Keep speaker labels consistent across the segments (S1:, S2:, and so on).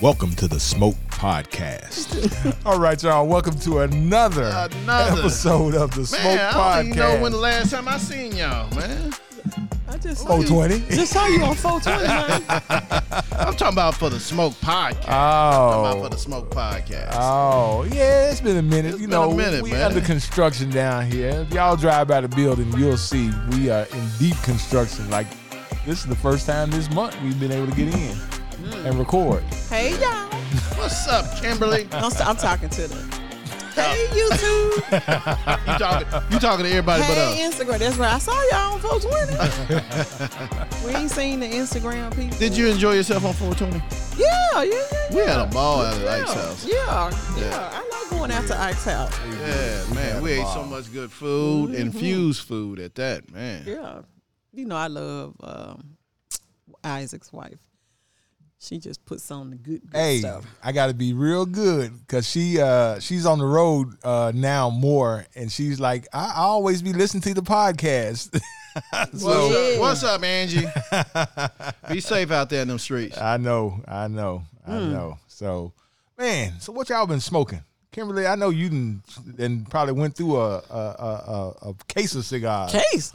S1: Welcome to the Smoke Podcast.
S2: All right, y'all. Welcome to another,
S3: Another.
S2: episode of the Smoke
S3: Man, I don't
S2: Podcast.
S3: even know when the last time I seen y'all, man.
S4: I just saw
S2: oh,
S4: you.
S2: 20?
S4: Just saw you on 420, man.
S3: I'm talking about for the Smoke Podcast. About for
S2: Oh.
S3: the Smoke Podcast.
S2: Oh, yeah, it's been a minute.
S3: It's
S2: you
S3: been
S2: know,
S3: a minute,
S2: we
S3: man.
S2: under construction down here. If y'all drive by the building, you'll see we are in deep construction. Like, this is the first time this month we've been able to get in
S3: Hmm.
S2: and record.
S4: hey, y'all.
S3: What's up, Kimberly? you,
S4: I'm, I'm talking to them. Hey, YouTube.
S3: talking, you talking to everybody but us.
S4: hey, Instagram. That's where I saw y'all on 420. we ain't seen the Instagram people.
S3: Did you enjoy yourself on 420?
S4: Yeah, yeah, yeah. yeah.
S3: We had a ball at the Ike's
S4: yeah,
S3: house.
S4: Yeah, yeah,
S3: Yeah.
S4: I like going out to Ike's house.
S3: Yeah, man. We ate so much good food, infused food at that, man.
S4: Yeah. You know, I love um, Isaac's wife. She just puts on the good, good
S2: Hey,
S4: stuff.
S2: I got to be real good because she uh, she's on the road uh, now more, and she's like, I I always be listening to the podcast.
S3: What's,
S4: Yeah.
S3: up? What's up, Angie? Be safe out there in them streets.
S2: I know, I know, I
S3: Hmm.
S2: know. So, man, so what y'all been smoking, Kimberly? I know you did and probably went through a a, a, a, a case of cigars.
S4: Case.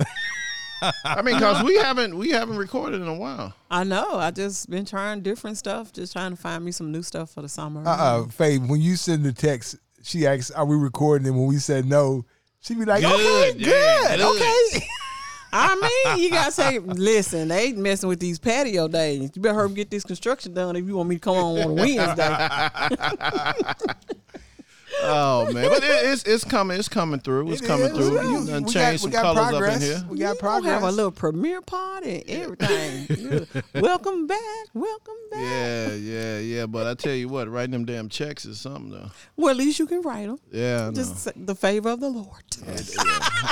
S3: I mean, cause we haven't we haven't recorded in a while.
S4: I know. I just been trying different stuff, just trying to find me some new stuff for the summer.
S2: Uh, uh Faye, when you send the text, she asks, "Are we recording?" And when we said no, she be like, "Okay,
S3: Good, yeah,
S2: good,
S3: good."
S2: okay."
S4: I mean, you gotta say, listen, they messing with these patio days. You better hurry up get this construction done if you want me to come on on Wednesday.
S3: Oh man, but it, it's it's coming, it's coming through, it's
S2: It
S3: coming
S2: is.
S3: through.
S2: You-
S3: You, done
S2: we
S3: changed
S2: got- we
S3: some
S2: got
S3: colors
S2: progress.
S3: up in here.
S2: We got
S4: We'll
S2: progress.
S4: have a little premiere party and everything. Yeah. welcome back, welcome back.
S3: Yeah, yeah, yeah. But I tell you what, writing them damn checks is something though.
S4: Well, at least you can write them.
S3: Yeah, I know.
S4: Just say the favor of the Lord.
S3: how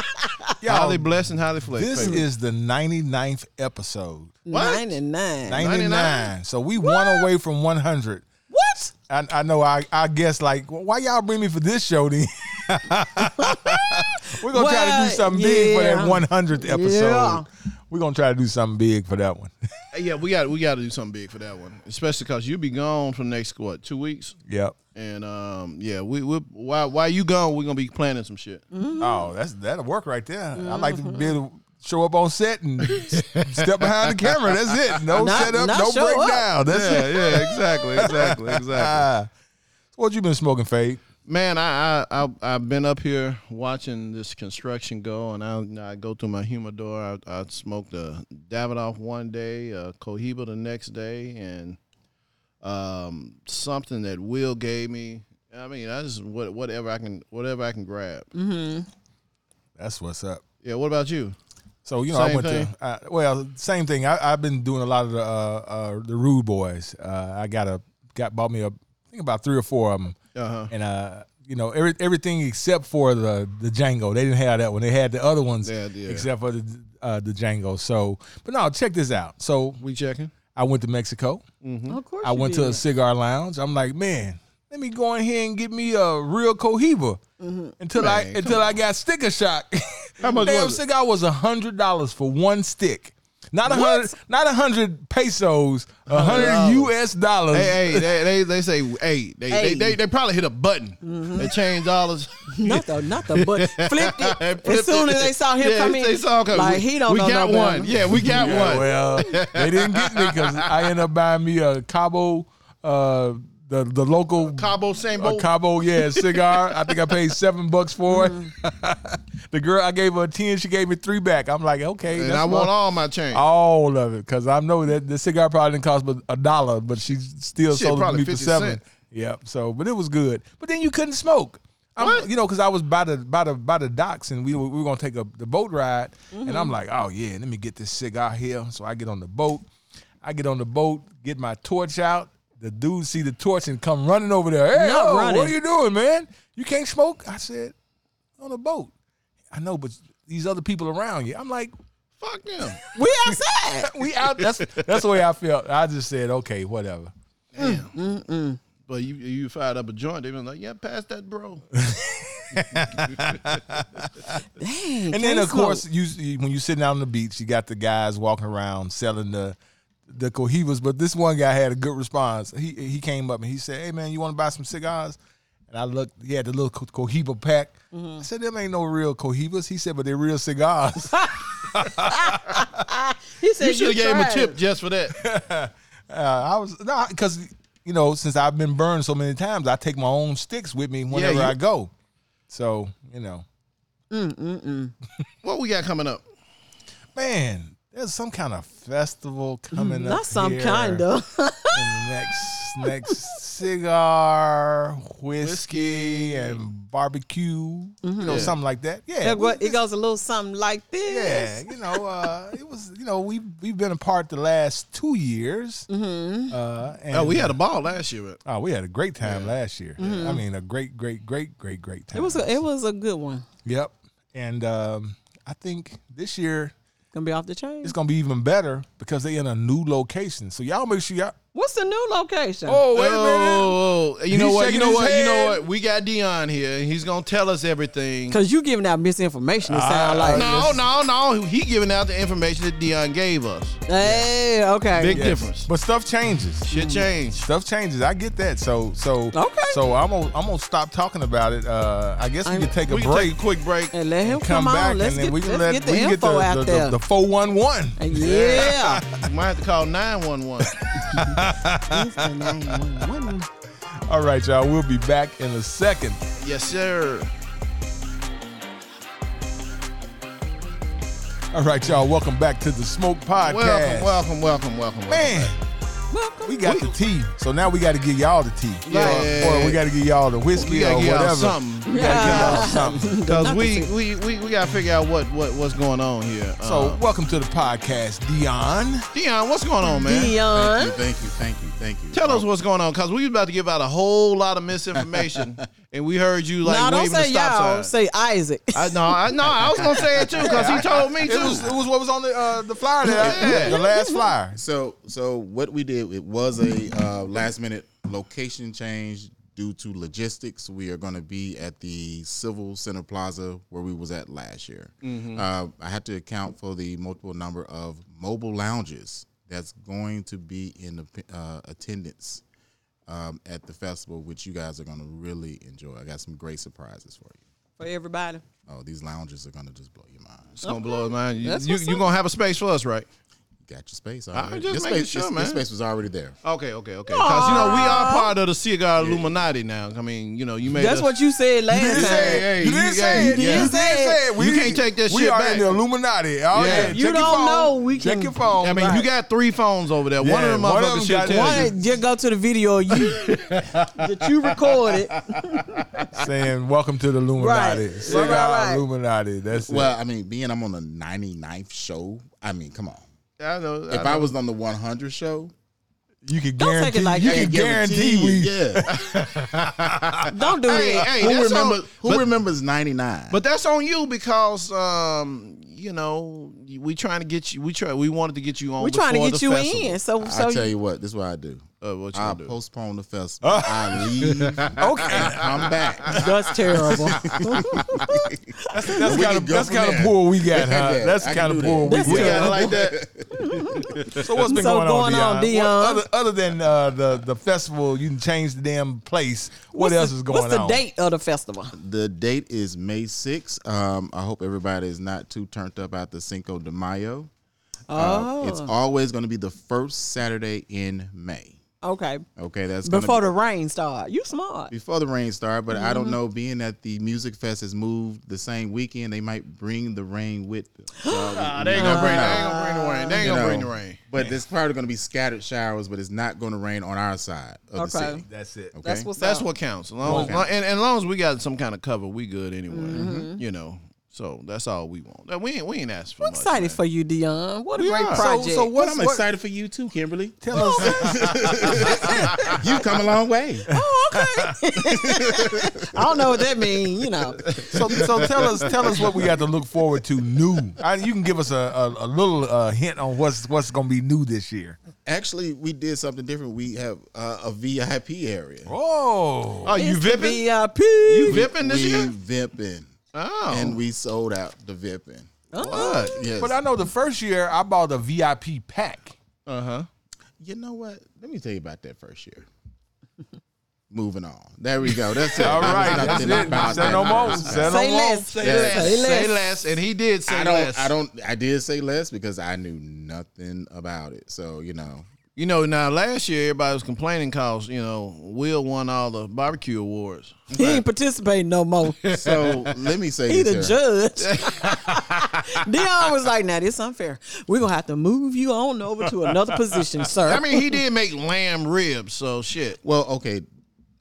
S2: Y'all,
S3: they bless and how they flex.
S2: this
S3: baby.
S2: is the 99th episode.
S3: What?
S4: Nine and nine.
S2: 99.
S3: 99.
S2: So we one away from 100.
S4: What?
S2: I, I know. I, I guess like why y'all bring me for this show then? We're gonna try to
S4: Well,
S2: do something big for
S4: yeah.
S2: that one hundredth episode.
S4: Yeah.
S2: We're gonna try to do something big for that one.
S3: yeah, we got we got to do something big for that one, especially because you'll be gone for the next what two weeks,
S2: yep.
S3: and um, yeah, we we while while you gone, we're gonna be planning some shit.
S4: Mm-hmm.
S2: Oh, that's that'll work right there. I like to be able to show up on set and s- step behind the camera. That's it. No
S4: Not-
S2: setup,
S4: not
S2: no
S4: show up.
S2: breakdown. That's
S3: Yeah,
S2: it.
S3: yeah, exactly, exactly, exactly.
S2: Ah. what you been smoking, Fade?
S3: Man, I, I I I've been up here watching this construction go, and I I go through my humidor. I, I smoked a Davidoff one day, a Cohiba the next day, and um something that Will gave me. I mean, I just what whatever I can whatever I can grab.
S4: Mm-hmm.
S2: That's what's up.
S3: Yeah. What about you?
S2: So you know, I
S3: Same
S2: went
S3: thing?
S2: to uh, well, same thing. I, I've been doing a lot of the uh, uh, the rude boys. Uh, I got a got bought me a I think about three or four of them,
S3: Uh huh.
S2: and uh, you know every, everything except for the the Django. They didn't have that one. They had the other ones
S3: Yeah, yeah.
S2: except for the uh, the Django. So, but no, check this out. So
S3: We checking.
S2: I went to Mexico.
S4: Of course.
S2: I
S4: you
S2: went
S4: did.
S2: to a cigar lounge. I'm like, man, let me go in here and get me a real Cohiba until I
S3: Mm-hmm. Man, come
S2: until I got sticker shock.
S3: How much
S2: Damn
S3: was it?
S2: cigar was a hundred dollars for one stick. Not a hundred, not a hundred pesos, a hundred
S3: $100.
S2: U.S. dollars.
S3: Hey, hey, they, they they say hey they, They,
S4: Hey. Mm-hmm.
S3: they they probably hit a button. They change dollars.
S4: Not the, not the butt. Flipped it
S3: Flipped
S4: as soon
S3: it.
S4: as they saw him
S3: Yeah,
S4: come in.
S3: They saw him come.
S4: Like
S3: we,
S4: he don't
S3: we
S4: know
S3: got
S4: no better.
S3: one. Yeah, we got
S2: Yeah,
S3: one.
S2: Well, they didn't get me because I ended up buying me a Cabo, uh, the the local
S3: Cabo Sambo.
S2: a Cabo, yeah, cigar. I think I paid seven bucks for it.
S3: Mm.
S2: the girl, I gave her a ten. She gave me three back. I'm like, okay,
S3: and
S2: that's Oh.
S3: I want
S2: my-
S3: all my change.
S2: all of it because I know that the cigar probably didn't cost but a dollar, but she still
S3: Shit,
S2: sold it to
S3: probably
S2: me for
S3: 50
S2: seven.
S3: cent.
S2: Yep. So, but it was good. But then you couldn't smoke. I'm,
S3: What?
S2: You know, because I was by the by the by the docks, and we were, we were gonna take a the boat ride, and
S3: Mm-hmm.
S2: I'm like, oh yeah, let me get this cigar here. So I get on the boat. I get on the boat, get my torch out. The dude see the torch and come running over there. Hey,
S4: Not
S2: yo, what
S4: running.
S2: are you doing, man? You can't smoke. I said, on the boat. I know, but these other people around you. I'm like,
S3: Fuck them.
S4: We outside.
S2: we out. That's that's the way I felt. I just said, okay, whatever. mm,
S3: But you you fired up a joint. They been like, yeah, pass that, bro.
S4: Dang,
S2: And then
S4: can't
S2: of course,
S4: smoke.
S2: you you- when you sitting out on the beach, you got the guys walking around selling the the Cohibas, but this one guy had a good response. He he came up and he said, "Hey man, you want to buy some cigars?" And I looked. He had the little Co- Cohiba pack. I said, "Them ain't no real Cohibas." He said, "But they're real cigars." Uh,
S4: He said
S3: You should have gave him a
S4: tried.
S3: tip just for that.
S2: Uh, I was no because you know since I've been burned so many times, I take my own sticks with me whenever
S3: you-
S2: I go. So you know,
S3: what we got coming up?
S2: man, there's some kind of festival coming up.
S4: Mm, Not some
S2: here.
S4: kind of.
S2: And next next cigar, whiskey, and barbecue, you know,
S3: Yeah.
S2: something like that. Yeah,
S4: Look
S2: we-
S4: what- it
S2: it's-
S4: goes a little something like
S2: Yeah,
S4: this.
S2: you know, uh, it was you know we we've been apart the last two years.
S4: Mm-hmm.
S2: Uh, and
S3: Oh, we had a ball last year.
S2: oh, we had a great time last year. I mean, a great, great, great, great, great time.
S4: Mm-hmm. It was a, it was a good one.
S2: yep, and um, I think this year
S4: Gonna be off the
S2: it's
S4: chain.
S2: gonna be even better because they in a new location. So y'all make sure y'all.
S4: What's the new location?
S2: Oh wait a minute.
S3: Oh, oh, you
S2: He's
S3: know what? You
S2: shaking
S3: know
S2: his
S3: what? You know
S2: head.
S3: what? We got Dion here. and He's gonna tell us everything.
S4: Cause you giving out misinformation. It
S2: Ah,
S4: sound like.
S3: No, no, no. He giving out the information that Dion gave us.
S4: Hey, okay.
S3: Big difference.
S2: But stuff changes.
S3: Shit changed.
S2: Stuff changes. I get that. So so
S4: Okay.
S2: So I'm gonna I'm gonna stop talking about it. Uh, I guess we
S4: I'm-
S2: can take a
S3: We can
S2: break.
S3: take a quick break.
S4: and let him
S2: and
S4: come,
S2: come, back
S4: on. Let's
S2: and then
S4: get,
S2: we can
S4: let's
S2: let
S4: get the
S2: we can
S4: info
S2: get the,
S4: out
S2: the,
S4: there.
S2: the, the 411.
S4: Uh, yeah.
S3: Might have to call nine one one.
S2: All right, y'all. We'll be back in a second.
S3: Yes, sir.
S2: All right, y'all. Welcome back to the Smoke Podcast.
S3: Welcome, welcome, welcome, welcome.
S2: Man,
S4: Welcome.
S2: we got the tea. So now we got to give y'all the tea.
S3: Yeah.
S2: Or, or we got to give y'all the
S3: We
S2: whiskey
S3: gotta
S2: or
S3: give
S2: whatever.
S3: y'all something.
S2: We gotta give y'all
S4: Yeah.
S2: something.
S3: Cause we, we, we, we gotta figure out what, what what's going on here.
S2: So
S3: Uh,
S2: welcome to the podcast, Dion.
S3: Dion, what's going on, man?
S4: Dion.
S5: Thank you, thank you, thank you.
S3: Tell us what's going on, cause we was about to give out a whole lot of misinformation, and we heard you like
S4: no, don't
S3: waving the
S4: say
S3: stop sign.
S4: y'all. Say Isaac.
S3: I no, I no, I was gonna say it too, cause he told me
S2: It
S3: too.
S2: was, it was what was on the uh, the flyer that I,
S3: Yeah.
S2: the last flyer.
S5: So, so what we did it was a uh, last minute location change due to logistics. We are going to be at the Civil Center Plaza where we was at last year. Uh, I had to account for the multiple number of mobile lounges that's going to be in the, uh, attendance um, at the festival, which you guys are going to really enjoy. I got some great surprises for you.
S4: for everybody.
S5: Oh, these lounges are going to just blow your mind.
S3: It's gonna blow his mind. You
S4: That's
S3: you,
S4: what's
S3: you
S4: up.
S3: gonna have a space for us, right?
S5: Got your space. already.
S3: just
S5: Your
S3: making
S5: space,
S3: sure,
S5: your-
S3: man.
S5: Your space was already there.
S3: Okay, okay, okay. Cause you know we are part of the cigar Illuminati now. I mean, you know you made
S4: That's
S3: us-
S4: what you said last
S2: You
S4: time.
S2: didn't say it.
S3: hey,
S2: you
S3: you-
S2: didn't say
S3: hey,
S2: it. You
S4: yeah.
S2: didn't say it.
S3: You can't take that
S2: we
S3: shit
S2: are
S3: back.
S2: in the Illuminati. All
S3: Yeah.
S2: yeah.
S4: You don't know, we
S2: check
S4: can-
S2: your phone.
S3: I mean, you got three phones over there. one of
S2: Yeah,
S3: them
S2: one of
S3: motherfuckers
S2: them
S3: should
S2: got-
S3: tell you.
S4: One, just go to the video of you that you recorded.
S2: saying welcome to the Illuminati.
S4: Right.
S2: Cigar
S4: Right, right, right.
S2: Illuminati. That's it.
S5: Well, I mean, being I'm on the 99th show, I mean, come on.
S3: I know.
S5: If I was on the 100 show,
S2: you can
S4: Don't take
S2: guarantee.
S4: it like
S2: you
S4: that.
S2: can guarantee
S5: you,
S2: we.
S5: Yeah.
S4: Don't do
S3: Hey,
S4: that.
S3: hey,
S5: who
S3: that's
S5: remember,
S3: on-
S5: who remembers 99?
S3: But that's on you because um, you know we trying to get you. We try. We wanted to get you on.
S4: We're trying to
S3: before
S4: get
S3: the
S4: you
S3: festival.
S4: in. So, so
S5: I tell you what, this is what I do.
S3: Uh, what you
S5: I
S3: gonna do?
S5: postpone the festival. I leave. okay. I'm back.
S4: that's terrible.
S2: That's
S5: We
S2: kind
S5: can
S2: of
S5: go
S2: that's
S5: from
S2: kind of
S5: there.
S2: poor we got,
S5: Yeah,
S2: huh? That's
S5: I can
S2: kind of
S5: do
S2: poor
S5: that.
S2: we
S4: That's
S2: got.
S4: terrible.
S3: Yeah, like that.
S2: So what's been
S4: So
S2: going,
S4: going on,
S2: on, Dion?
S4: Dion?
S2: What- other, other than uh, the the festival, you can change the damn place. What
S4: What's
S2: else
S4: the-
S2: is going
S4: What's the
S2: on?
S4: date of the festival?
S5: The date is May 6th. Um, I hope everybody is not too turned up after Cinco de Mayo.
S4: Oh,
S5: It's always going to be the first Saturday in May.
S4: okay.
S5: Okay, that's gonna
S4: Before
S5: be-
S4: the rain start, you smart.
S5: before the rain started, but I don't
S2: Mm-hmm.
S5: know. Being that the music fest has moved the same weekend, they might bring the rain with them. So
S3: They ain't gonna
S5: we-
S3: bring. They ain't gonna bring the rain. They ain't
S5: you
S3: gonna
S5: know,
S3: bring the rain.
S5: But there's probably going to be scattered showers, but it's not going to rain on our side of the
S4: Okay.
S5: city.
S2: That's it.
S5: Okay,
S4: That's what's
S3: That's
S4: up.
S3: what counts. As long as,
S5: Okay.
S3: and, and as long as we got some kind of cover, we good anyway.
S4: Mm-hmm.
S3: You know. So that's all we want. Uh, We ain't we ain't asked for
S4: I'm
S3: much.
S4: excited
S3: man.
S4: for you, Dion. What a great
S2: are. So-
S4: project.
S2: so what-
S5: Well, I'm
S2: What's-
S5: excited for you too, Kimberly.
S2: Tell us.
S5: You've come a long way.
S4: Oh, okay. I don't know what that means. You know,
S2: So, so tell us, tell us what we got to look forward to new. I, you can give us a, a, a little uh, hint on what's what's going to be new this year.
S5: Actually, we did something different. We have uh, a VIP area.
S2: Oh,
S3: Oh, you
S4: It's the
S3: vipping?
S4: VIP.
S3: You vipping this
S5: we
S3: year?
S5: vipping,
S3: Oh,
S5: and we sold out the vipping.
S2: Oh.
S4: Uh-uh.
S5: Yes,
S2: but I know the first year I bought a VIP pack,
S3: uh huh.
S5: You know what? Let me tell you about that first year. Moving on. There we go. That's it.
S2: All
S5: There was
S2: right, that's
S5: nothing about
S2: it. Say
S5: that
S2: no more.
S5: first
S2: Say no
S4: Say
S2: more.
S4: less.
S2: Say
S4: Yeah.
S2: less.
S4: Say less.
S3: Say less, and he did say
S5: I don't.
S3: less.
S5: I don't. I did say less because I knew nothing about it. So you know,
S3: You know, now last year everybody was complaining because you know Will won all the barbecue awards.
S4: He ain't participating no more.
S5: So let me say
S4: He the
S5: this. here.
S4: judge. Dion was like, "Now this unfair. We're gonna have to move you on over to another position, sir."
S3: I mean, he did make lamb ribs, so shit.
S5: Well, okay.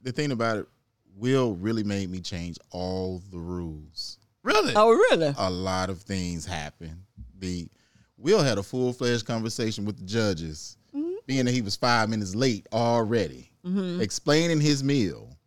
S5: The thing about it, Will really made me change all the rules.
S3: Really?
S4: oh really?
S5: A lot of things happened. The Will had a full fledged conversation with the judges, being that he was five minutes late already, explaining his meal.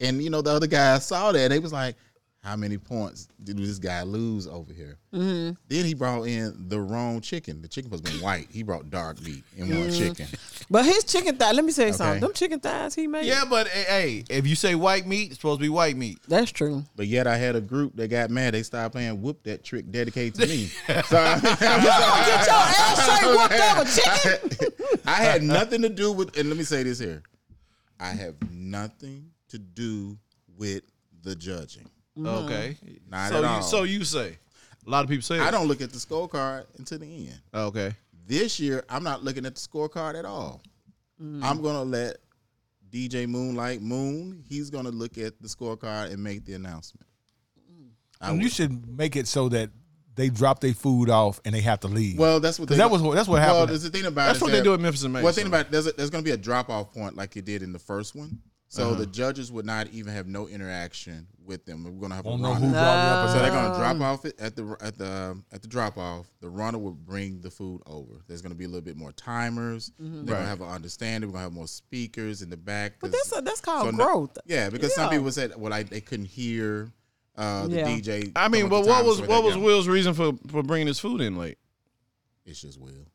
S5: And you know, the other guys saw that. They was like, "How many points did this guy lose over here?" Then he brought in the wrong chicken. The chicken was been white. He brought dark meat and one chicken.
S4: But his chicken thigh. Let me say
S5: Okay.
S4: something. Them chicken thighs he made.
S3: yeah, but eh, hey, if you say white meat, it's supposed to be white meat.
S4: That's true.
S5: But yet I had a group that got mad. They started playing "Whoop That Trick" dedicated to me. So I,
S4: Get your ass straight whooped over chicken.
S5: I had nothing to do with. And let me say this here: I have nothing to do with the judging.
S4: Mm-hmm.
S3: Okay.
S5: Not
S3: so
S5: at
S3: you,
S5: all.
S3: So you say. A lot of people say.
S5: I
S3: that.
S5: don't look at the scorecard until the end.
S3: Okay.
S5: This year, I'm not looking at the scorecard at all.
S3: Mm.
S5: I'm gonna let DJ Moonlight Moon. He's gonna look at the scorecard and make the announcement. I
S2: And you
S5: will.
S2: should make it so that they drop their food off and they have to leave.
S5: Well, that's what
S2: 'Cause
S5: they,
S2: that was what- that's what
S5: Well,
S2: happened.
S5: there's the thing about
S3: That's
S5: it
S3: what
S5: is
S3: they
S5: that-
S3: do at Memphis and Mason.
S5: Well, think about it, there's a, there's going to be a drop off point like it did in the first one. So
S3: Uh-huh.
S5: the judges would not even have no interaction with them. We're going to have a
S2: don't know
S5: runner.
S2: who brought it up. or
S5: So they're
S2: not.
S5: going to drop off it at the at the at the drop off. The runner will bring the food over. There's going to be a little bit more timers. They're going to have an understanding. We're going to have more speakers in the back.
S4: Mm-hmm. But that's a, that's called
S5: so no-
S4: growth.
S5: yeah, because some
S4: Yeah.
S5: people said, well, I, they couldn't hear uh, the
S4: Yeah.
S5: DJ.
S3: I mean,
S5: coming to
S3: but what
S5: time,
S3: was
S5: so they
S3: what was
S5: got-
S3: Will's reason for for bringing his food in late?
S5: It's just Will.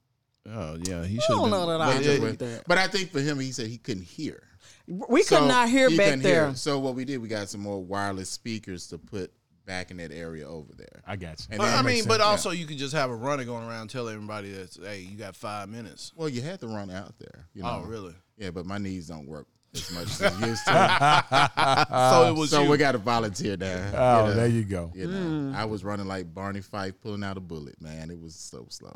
S3: Oh yeah, he should.
S4: I don't know that I
S5: But,
S4: agree
S5: yeah,
S4: with that.
S5: but I think for him, he said he couldn't hear.
S4: We could
S5: So,
S4: not hear
S5: he
S4: back
S5: couldn't
S4: there.
S5: So what we did, we got some more wireless speakers to put back in that area over there.
S2: I got you.
S5: And
S3: But,
S5: that
S3: I
S5: makes
S3: mean, but
S5: sense, yeah.
S3: also you could just have a runner going around tell everybody that hey, you got five minutes.
S5: well, you had to run out there. You know?
S3: Oh really?
S5: Yeah, but my knees don't work as much as it used to.
S3: so it was
S5: Uh, so
S3: you.
S5: we got to volunteer there.
S2: Oh,
S5: you know.
S2: there you go.
S5: You know,
S4: Mm.
S5: I was running like Barney Fife pulling out a bullet, man. It was so slow.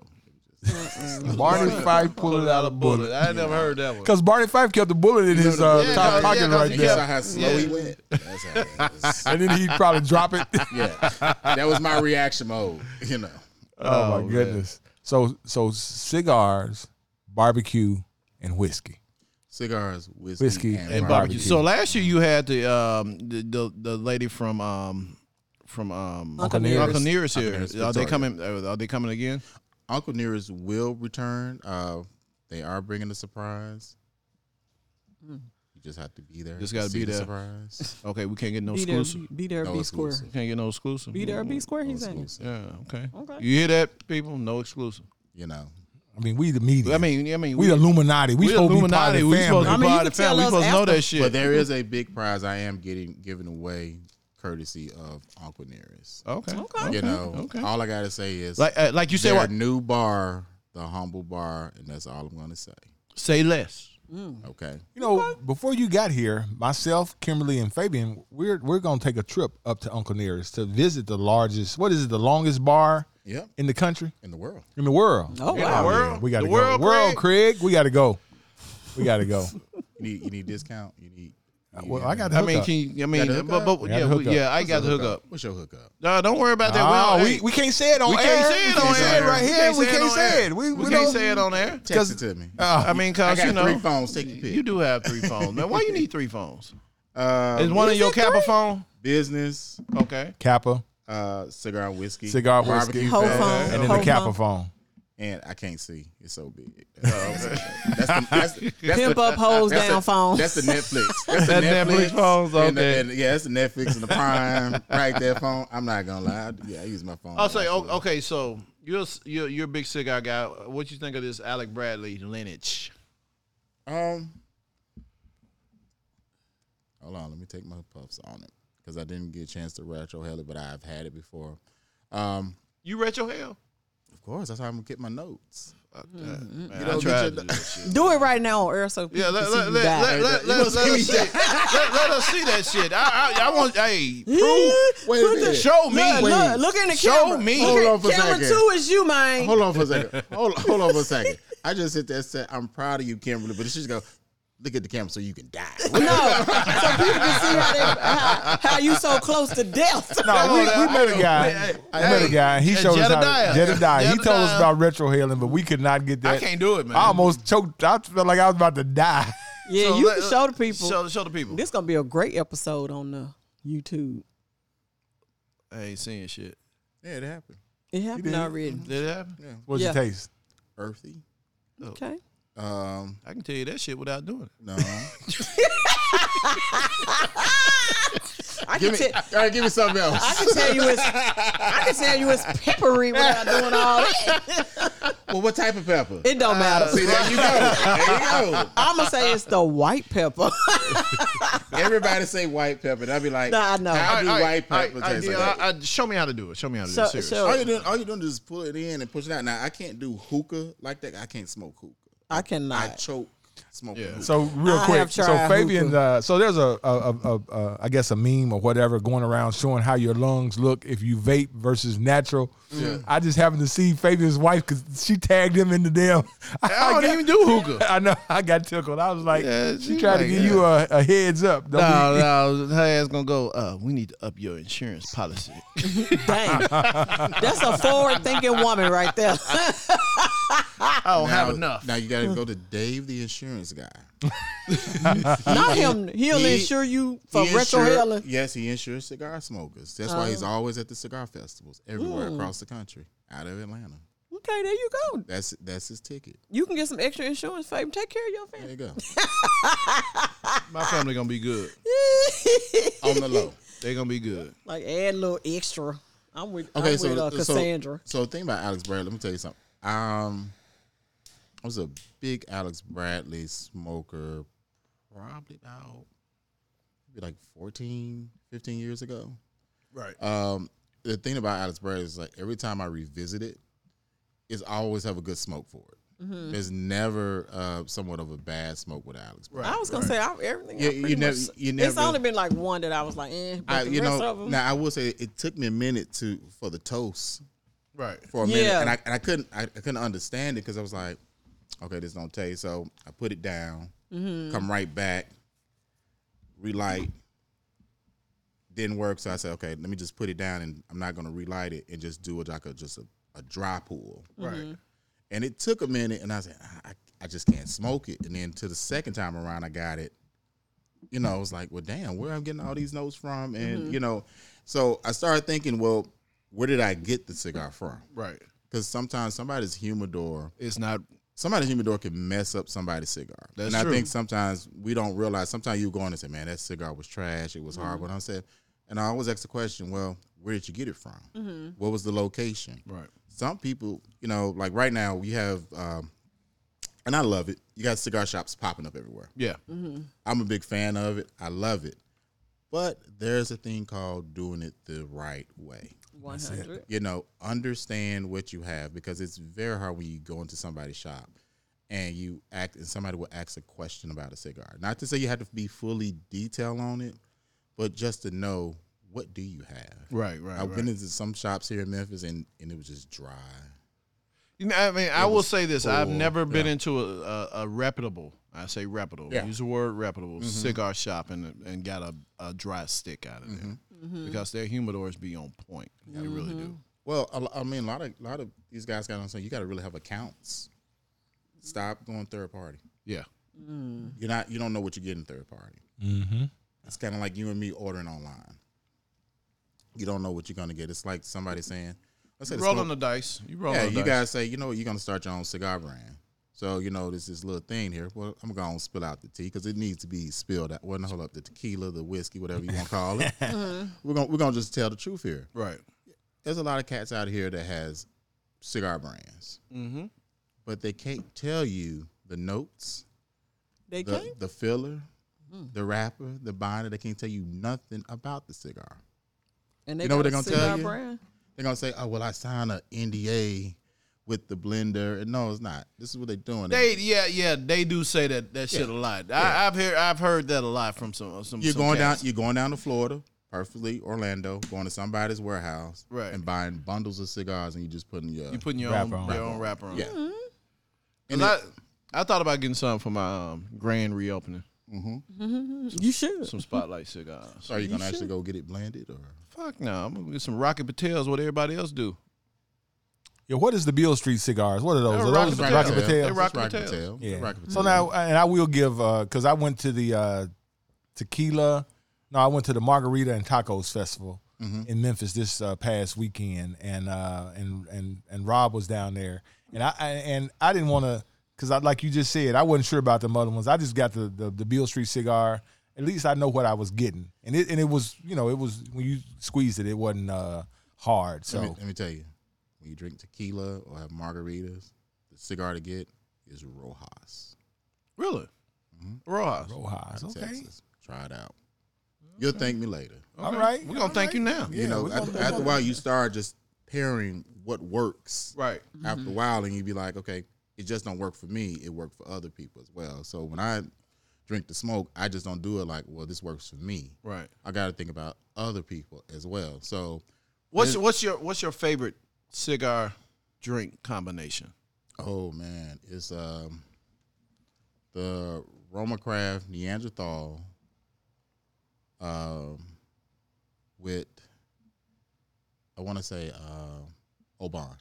S5: It was just-
S2: Barney Fife pulled out a bullet.
S3: I never heard that one.
S2: Because Barney Fife kept the bullet in his uh,
S3: yeah,
S2: top
S3: yeah,
S2: pocket
S3: yeah,
S2: right
S3: yeah.
S5: you
S2: there.
S5: saw how slow he went. That's how it was.
S2: And then he'd probably drop it.
S5: yeah, that was my reaction mode. You know,
S2: Oh, my goodness. So so cigars, barbecue, and whiskey.
S5: cigars, whiskey,
S2: Whiskey
S5: and,
S2: and
S5: barbecue.
S2: barbecue.
S3: So last year you had the um the the, the lady from um from um
S4: Uncle Nearest.
S3: Uncle Nearest here.
S5: Nearest,
S3: are they
S5: Victoria.
S3: coming? Are they coming again?
S5: Uncle Nearest will return. Uh, they are bringing a surprise. You just have to be there.
S3: Just
S5: to
S3: gotta
S5: see
S3: be
S5: the
S3: there.
S5: Surprise.
S3: Okay, we can't get no
S4: Be there,
S3: exclusive.
S4: be- be there,
S5: No
S4: be square.
S5: exclusive.
S3: Can't get no exclusive.
S4: Be there, be square.
S5: No
S4: He's in.
S5: exclusive,
S3: Yeah. Okay.
S4: Okay.
S3: You hear that, people? No exclusive.
S5: You know,
S2: I mean, we the media.
S3: I mean, I mean,
S2: we the Illuminati. We,
S3: we
S2: supposed
S3: Illuminati.
S2: to be
S3: We
S2: part of the family.
S3: supposed to
S4: I
S3: be
S4: mean, you
S3: part
S4: can
S3: of the family. We
S4: tell us
S3: supposed to know
S4: after.
S3: that shit.
S5: but there is a big prize I am getting giving away, courtesy of Uncle Nearest.
S3: Oh, okay.
S4: Okay.
S5: You know,
S3: okay.
S5: all I gotta say is
S3: Like uh, like you said,
S5: their
S3: what?
S5: new bar, the humble bar, and that's all I'm gonna say.
S3: Say less.
S5: Okay,
S2: You know, before you got here, myself, Kimberly, and Fabian, we're we're gonna take a trip up to Uncle Nearest to visit the largest, what is it, the longest bar
S5: Yep.
S2: in the country,
S5: in the world.
S2: in the world.
S4: Oh
S3: the
S4: wow.
S3: world,
S2: we gotta
S3: the
S2: go.
S3: world, Craig.
S2: Craig, we gotta go. We gotta go.
S5: You need you need discount. You need. you
S2: well,
S5: need-
S2: I got.
S3: I mean, can you, I
S5: Got the
S3: mean,
S5: hook
S3: but,
S5: up?
S3: but
S2: We got the
S3: yeah,
S2: hook
S3: we-
S2: up.
S3: yeah, I got the hook up.
S5: What's your hookup?
S3: No, don't worry about that.
S2: Oh,
S3: we,
S2: we, we can't say it on
S3: we
S2: air.
S3: can't say it on
S5: can't say
S3: air
S5: it.
S3: right here. We can't say it.
S2: on
S3: We,
S2: air.
S3: we,
S2: We
S3: can't
S2: don't-
S3: say it on air.
S5: Text it to me.
S3: Oh, I mean,
S5: Oh, I
S3: cause
S5: got
S3: you know,
S5: three phones. Take your pick.
S3: you do have three phones. Now, why you need three phones?
S5: Uh,
S3: Is one of your
S4: it three?
S3: Kappa phone?
S5: business,
S3: Okay.
S2: Kappa,
S5: uh, cigar and whiskey,
S2: Cigar,
S5: barbecue
S2: whiskey.
S4: Whole
S5: fest,
S4: phone.
S2: and then
S4: Whole
S2: the Kappa
S4: phone.
S2: phone.
S5: and I can't see. It's so big. That's the, that's the, that's
S4: Pimp
S5: the,
S4: up, hoes
S5: that's
S4: down
S5: the,
S4: phone.
S5: That's the Netflix. That's the
S3: That Netflix phone's
S5: and the-
S3: okay.
S5: and- yeah, that's the Netflix and the Prime right there phone. I'm not gonna lie. I- Yeah, I use my phone.
S3: I'll say, oh. o- okay, so you're, a s- you're you're a big cigar guy. What you think of this Alec Bradley lineage?
S5: Um, hold on. Let me take my puffs on it because I didn't get a chance to retro hell it, but I've had it before. Um,
S3: You retro hell?
S5: Of course, that's how I'm gonna get my notes.
S3: Fuck
S4: Mm-hmm.
S3: that. Man,
S5: You don't
S3: I
S5: get
S3: tried
S5: your-
S3: to do that shit.
S4: Do it right now on air so people
S3: Yeah,
S4: can
S3: let,
S4: see
S3: let,
S4: you
S3: let,
S4: die.
S3: let, let, let, let us see. let, let us see that shit. I, I, I want, hey, prove,
S5: Wait a minute.
S3: show me.
S4: Look, look, look in the
S3: Show
S4: camera.
S3: me.
S4: Look at-
S5: Hold on for a
S4: camera
S5: second.
S4: two is you, man.
S5: Hold on for a second. Hold on, hold on for a second. I just hit that set. I'm proud of you, Kimberly, but it's just go look at the camera so you can die.
S4: No, so people can see how, they, how, how you so close to death.
S2: No, we, we met a guy.
S3: Hey,
S2: we
S3: hey,
S2: met a guy. He
S3: hey,
S2: showed us how
S3: Jedediah.
S2: Jedediah. He told us
S3: Jedediah.
S2: about retrohaling, but we could not get that.
S3: I can't do it, man.
S2: I almost choked. I felt like I was about to die.
S4: Yeah,
S3: So
S4: you
S3: let- uh,
S4: can show the people.
S3: Show, show the people.
S4: This gonna be a great episode on the YouTube.
S3: I ain't seeing shit.
S5: Yeah, it happened.
S4: It happened already.
S3: Did it happen?
S2: What's
S4: Yeah.
S2: your taste?
S5: Earthy.
S4: Okay.
S5: Um,
S3: I can tell you that shit without doing it.
S5: no.
S4: I
S5: give
S4: can,
S5: me
S4: te-
S5: all right, give me something
S4: I
S5: else.
S4: can tell you it's I can tell you it's peppery without doing all that.
S5: Well, what type of pepper?
S4: It don't matter.
S5: See, there you go. There you go.
S4: I'm gonna say it's the white pepper.
S5: Everybody say white pepper. And I'd be like,
S4: Nah, I know.
S5: How do
S3: All right,
S5: white
S3: all right,
S5: pepper
S3: all right,
S5: taste like
S3: yeah,
S5: that?
S3: I- I- Show me how to do it. Show me how to do
S4: So-
S3: it. Serious.
S4: so-
S5: All you're doing, all you're doing is just pull it in and push it out. Now I can't do hookah like that. I can't smoke hookah.
S4: I
S5: I
S4: cannot.
S5: choke smoking.
S3: Yeah.
S5: hookah.
S2: So real
S4: I
S2: quick,
S4: have
S2: so
S4: tried
S2: Fabian,
S4: hookah.
S2: uh, so there's a, a, a, a, a, I guess a meme or whatever going around showing how your lungs look if you vape versus natural. I just happened to see Fabian's wife because she tagged him in the damn.
S3: I don't
S2: got-
S3: even do hookah.
S2: I know. I got tickled. I was like,
S3: Yeah,
S2: she
S3: she
S2: tried to
S3: like,
S2: give you a, a heads up. Don't be-
S3: No, no, her ass gonna go. Uh, we need to up your insurance policy.
S4: Dang. That's a forward thinking woman right there.
S3: I don't
S5: now,
S3: have enough.
S5: Now you got to go to Dave, the insurance guy.
S4: Not him. He'll
S5: He-
S4: insure you for
S5: He
S4: retro
S5: insure-
S4: hailing. Oh.
S5: Yes, he insures cigar smokers. That's why he's always at the cigar festivals
S4: Hmm.
S5: everywhere across the country, out of Atlanta.
S4: Okay, there you go.
S5: That's that's his ticket.
S4: You can get some extra insurance, Fabian. Take care of your
S5: There
S4: family.
S5: you go.
S3: My family gonna be good.
S5: On the low.
S3: They gonna be good.
S4: like add a little extra. I'm with,
S5: Okay,
S4: I'm
S5: so,
S4: with uh,
S5: so
S4: Cassandra.
S5: So the thing about Alex Bradley, let me tell you something. Um, I was a big Alex Bradley smoker, probably about maybe like 14, 15 years ago.
S3: Right.
S5: Um, the thing about Alex Bradley is like every time I revisit it, it's always have a good smoke for it.
S4: Mm-hmm.
S5: There's never uh, somewhat of a bad smoke with Alex Bradley.
S4: I was gonna say I, everything.
S5: Yeah,
S4: I
S5: you
S4: pretty
S5: never-
S4: much-
S5: you
S4: It's
S5: never-
S4: only been like one that I was like, eh. But
S5: I,
S4: the
S5: you
S4: rest
S5: know,
S4: of them,
S5: now I will say it took me a minute to for the toast
S3: Right.
S5: for a minute,
S4: Yeah.
S5: and I and I couldn't I, I couldn't understand it because I was like, okay, this don't taste. So I put it down,
S4: Mm-hmm.
S5: come right back, relight. Didn't work, so I said, okay, let me just put it down, and I'm not gonna relight it and just do it like a just a, a dry pull.
S3: Right.
S5: And it took a minute, and I said, I, I just can't smoke it. And then to the second time around, I got it. You know, I was like, well, damn, where I'm getting all these notes from, and you know, so I started thinking, well, where did I get the cigar from?
S3: Right.
S5: because sometimes somebody's humidor,
S3: It's not.
S5: somebody's humidor can mess up somebody's cigar.
S3: That's
S5: and
S3: true.
S5: I think sometimes we don't realize. Sometimes you go in and say, "Man, that cigar was trash. It was horrible." And I said, and I always ask the question, "Well, where did you get it from? What was the location?"
S3: Right.
S5: Some people, you know, like right now we have, um, and I love it. You got cigar shops popping up everywhere.
S3: Yeah.
S5: I'm a big fan of it. I love it. But there's a thing called doing it the right way
S4: one hundred.
S5: you know, understand what you have because it's very hard when you go into somebody's shop and you act and somebody will ask a question about a cigar. Not to say you have to be fully detailed on it, but just to know what do you have.
S3: Right. Right.
S5: I've
S3: right.
S5: been into some shops here in Memphis and, and it was just dry.
S3: You know, I mean, I will say this: I've
S5: full,
S3: never been into a, a, a reputable. I say reputable.
S5: Yeah.
S3: Use the word reputable cigar shop and and got a, a dry stick out of there
S5: Mm-hmm.
S3: because their humidors be on point. They really do.
S5: Well, a lo- I mean, a lot of a lot of these guys got on saying you got to really have accounts. Stop going third party.
S3: Yeah.
S5: You're not. You don't know what you're getting third party. It's kind of like you and me ordering online. You don't know what you're gonna get. It's like somebody saying, "Let's say the
S3: Rolling
S5: smoke-
S3: the dice. You rolling
S5: yeah."
S3: the
S5: You
S3: dice.
S5: guys say, "You know, what, you're gonna start your own cigar brand." So you know, there's this little thing here. Well, I'm gonna spill out the tea because it needs to be spilled out. Well, no, hold up, the tequila, the whiskey, whatever you want to call it.
S3: Mm-hmm.
S5: We're gonna we're gonna just tell the truth here.
S3: right.
S5: There's a lot of cats out here that has cigar brands,
S3: Mm-hmm.
S5: but they can't tell you the notes
S4: They
S5: the,
S4: can't.
S5: the filler,
S3: Hmm.
S5: the wrapper, the binder. They can't tell you nothing about the cigar.
S4: And they
S5: you know what
S4: got
S5: they
S4: a
S5: gonna
S4: cigar
S5: tell you?
S4: brand?
S5: They're gonna say, "Oh well, I signed an NDA with the blender. And no, it's not. This is what they're doing.
S3: They yeah yeah they do say that that shit a lot. I, I've heard I've heard that a lot from some some.
S5: you're
S3: some
S5: going
S3: cats.
S5: down. You're going down to Florida, perfectly Orlando, going to somebody's warehouse,
S3: Right.
S5: and buying bundles of cigars, and you just putting your
S3: You Mm-hmm. putting your
S2: Wrapper
S3: own
S2: on.
S3: your own wrapper on.
S5: yeah.
S3: And I I thought about getting some for my um, grand reopening.
S4: You should.
S3: Some spotlight cigars.
S5: So are you gonna actually go get it blended or?
S3: Fuck no, I'm gonna get some Rocket Patels. What everybody else do?
S2: Yeah, what is the Beale Street cigars? What are those?
S3: They're
S2: Are those
S3: Rocky
S2: Rocky
S3: Patel.
S2: Patel?
S3: They're
S5: That's
S3: Rocky
S5: Rocky
S3: Patels.
S5: Patel.
S2: Yeah.
S5: Rocky
S2: So
S5: Patel.
S2: now, and I will give because I went to the uh, tequila. No, I went to the Margarita and Tacos Festival
S5: Mm-hmm.
S2: in Memphis this uh, past weekend, and uh, and and and Rob was down there, and I, I and I didn't want to because I like you just said I wasn't sure about the other ones. I just got the the, the Beale Street cigar. At least I know what I was getting, and it and it was you know it was when you squeezed it, it wasn't uh, hard. So
S5: let me, let me tell you, when you drink tequila or have margaritas, the cigar to get is Rojas.
S3: Really? Mm-hmm. Rojas.
S2: Rojas,
S5: out of
S2: okay,
S5: Texas. Try it out. You'll thank me later.
S2: all right.
S3: We're gonna thank you now.
S5: you know,
S2: we're
S5: after,
S2: gonna-
S5: after a while, you start just pairing what works.
S3: Right.
S2: Mm-hmm.
S5: After a while, and you be like, okay, it just don't work for me. It worked for other people as well. So when I drink the smoke, I just don't do it like, well, this works for me.
S3: Right.
S5: I got to think about other people as well. So,
S3: What's what's your what's your favorite cigar drink combination?
S5: oh man, it's um the Roma Craft Neanderthal um with I want to say uh, Oban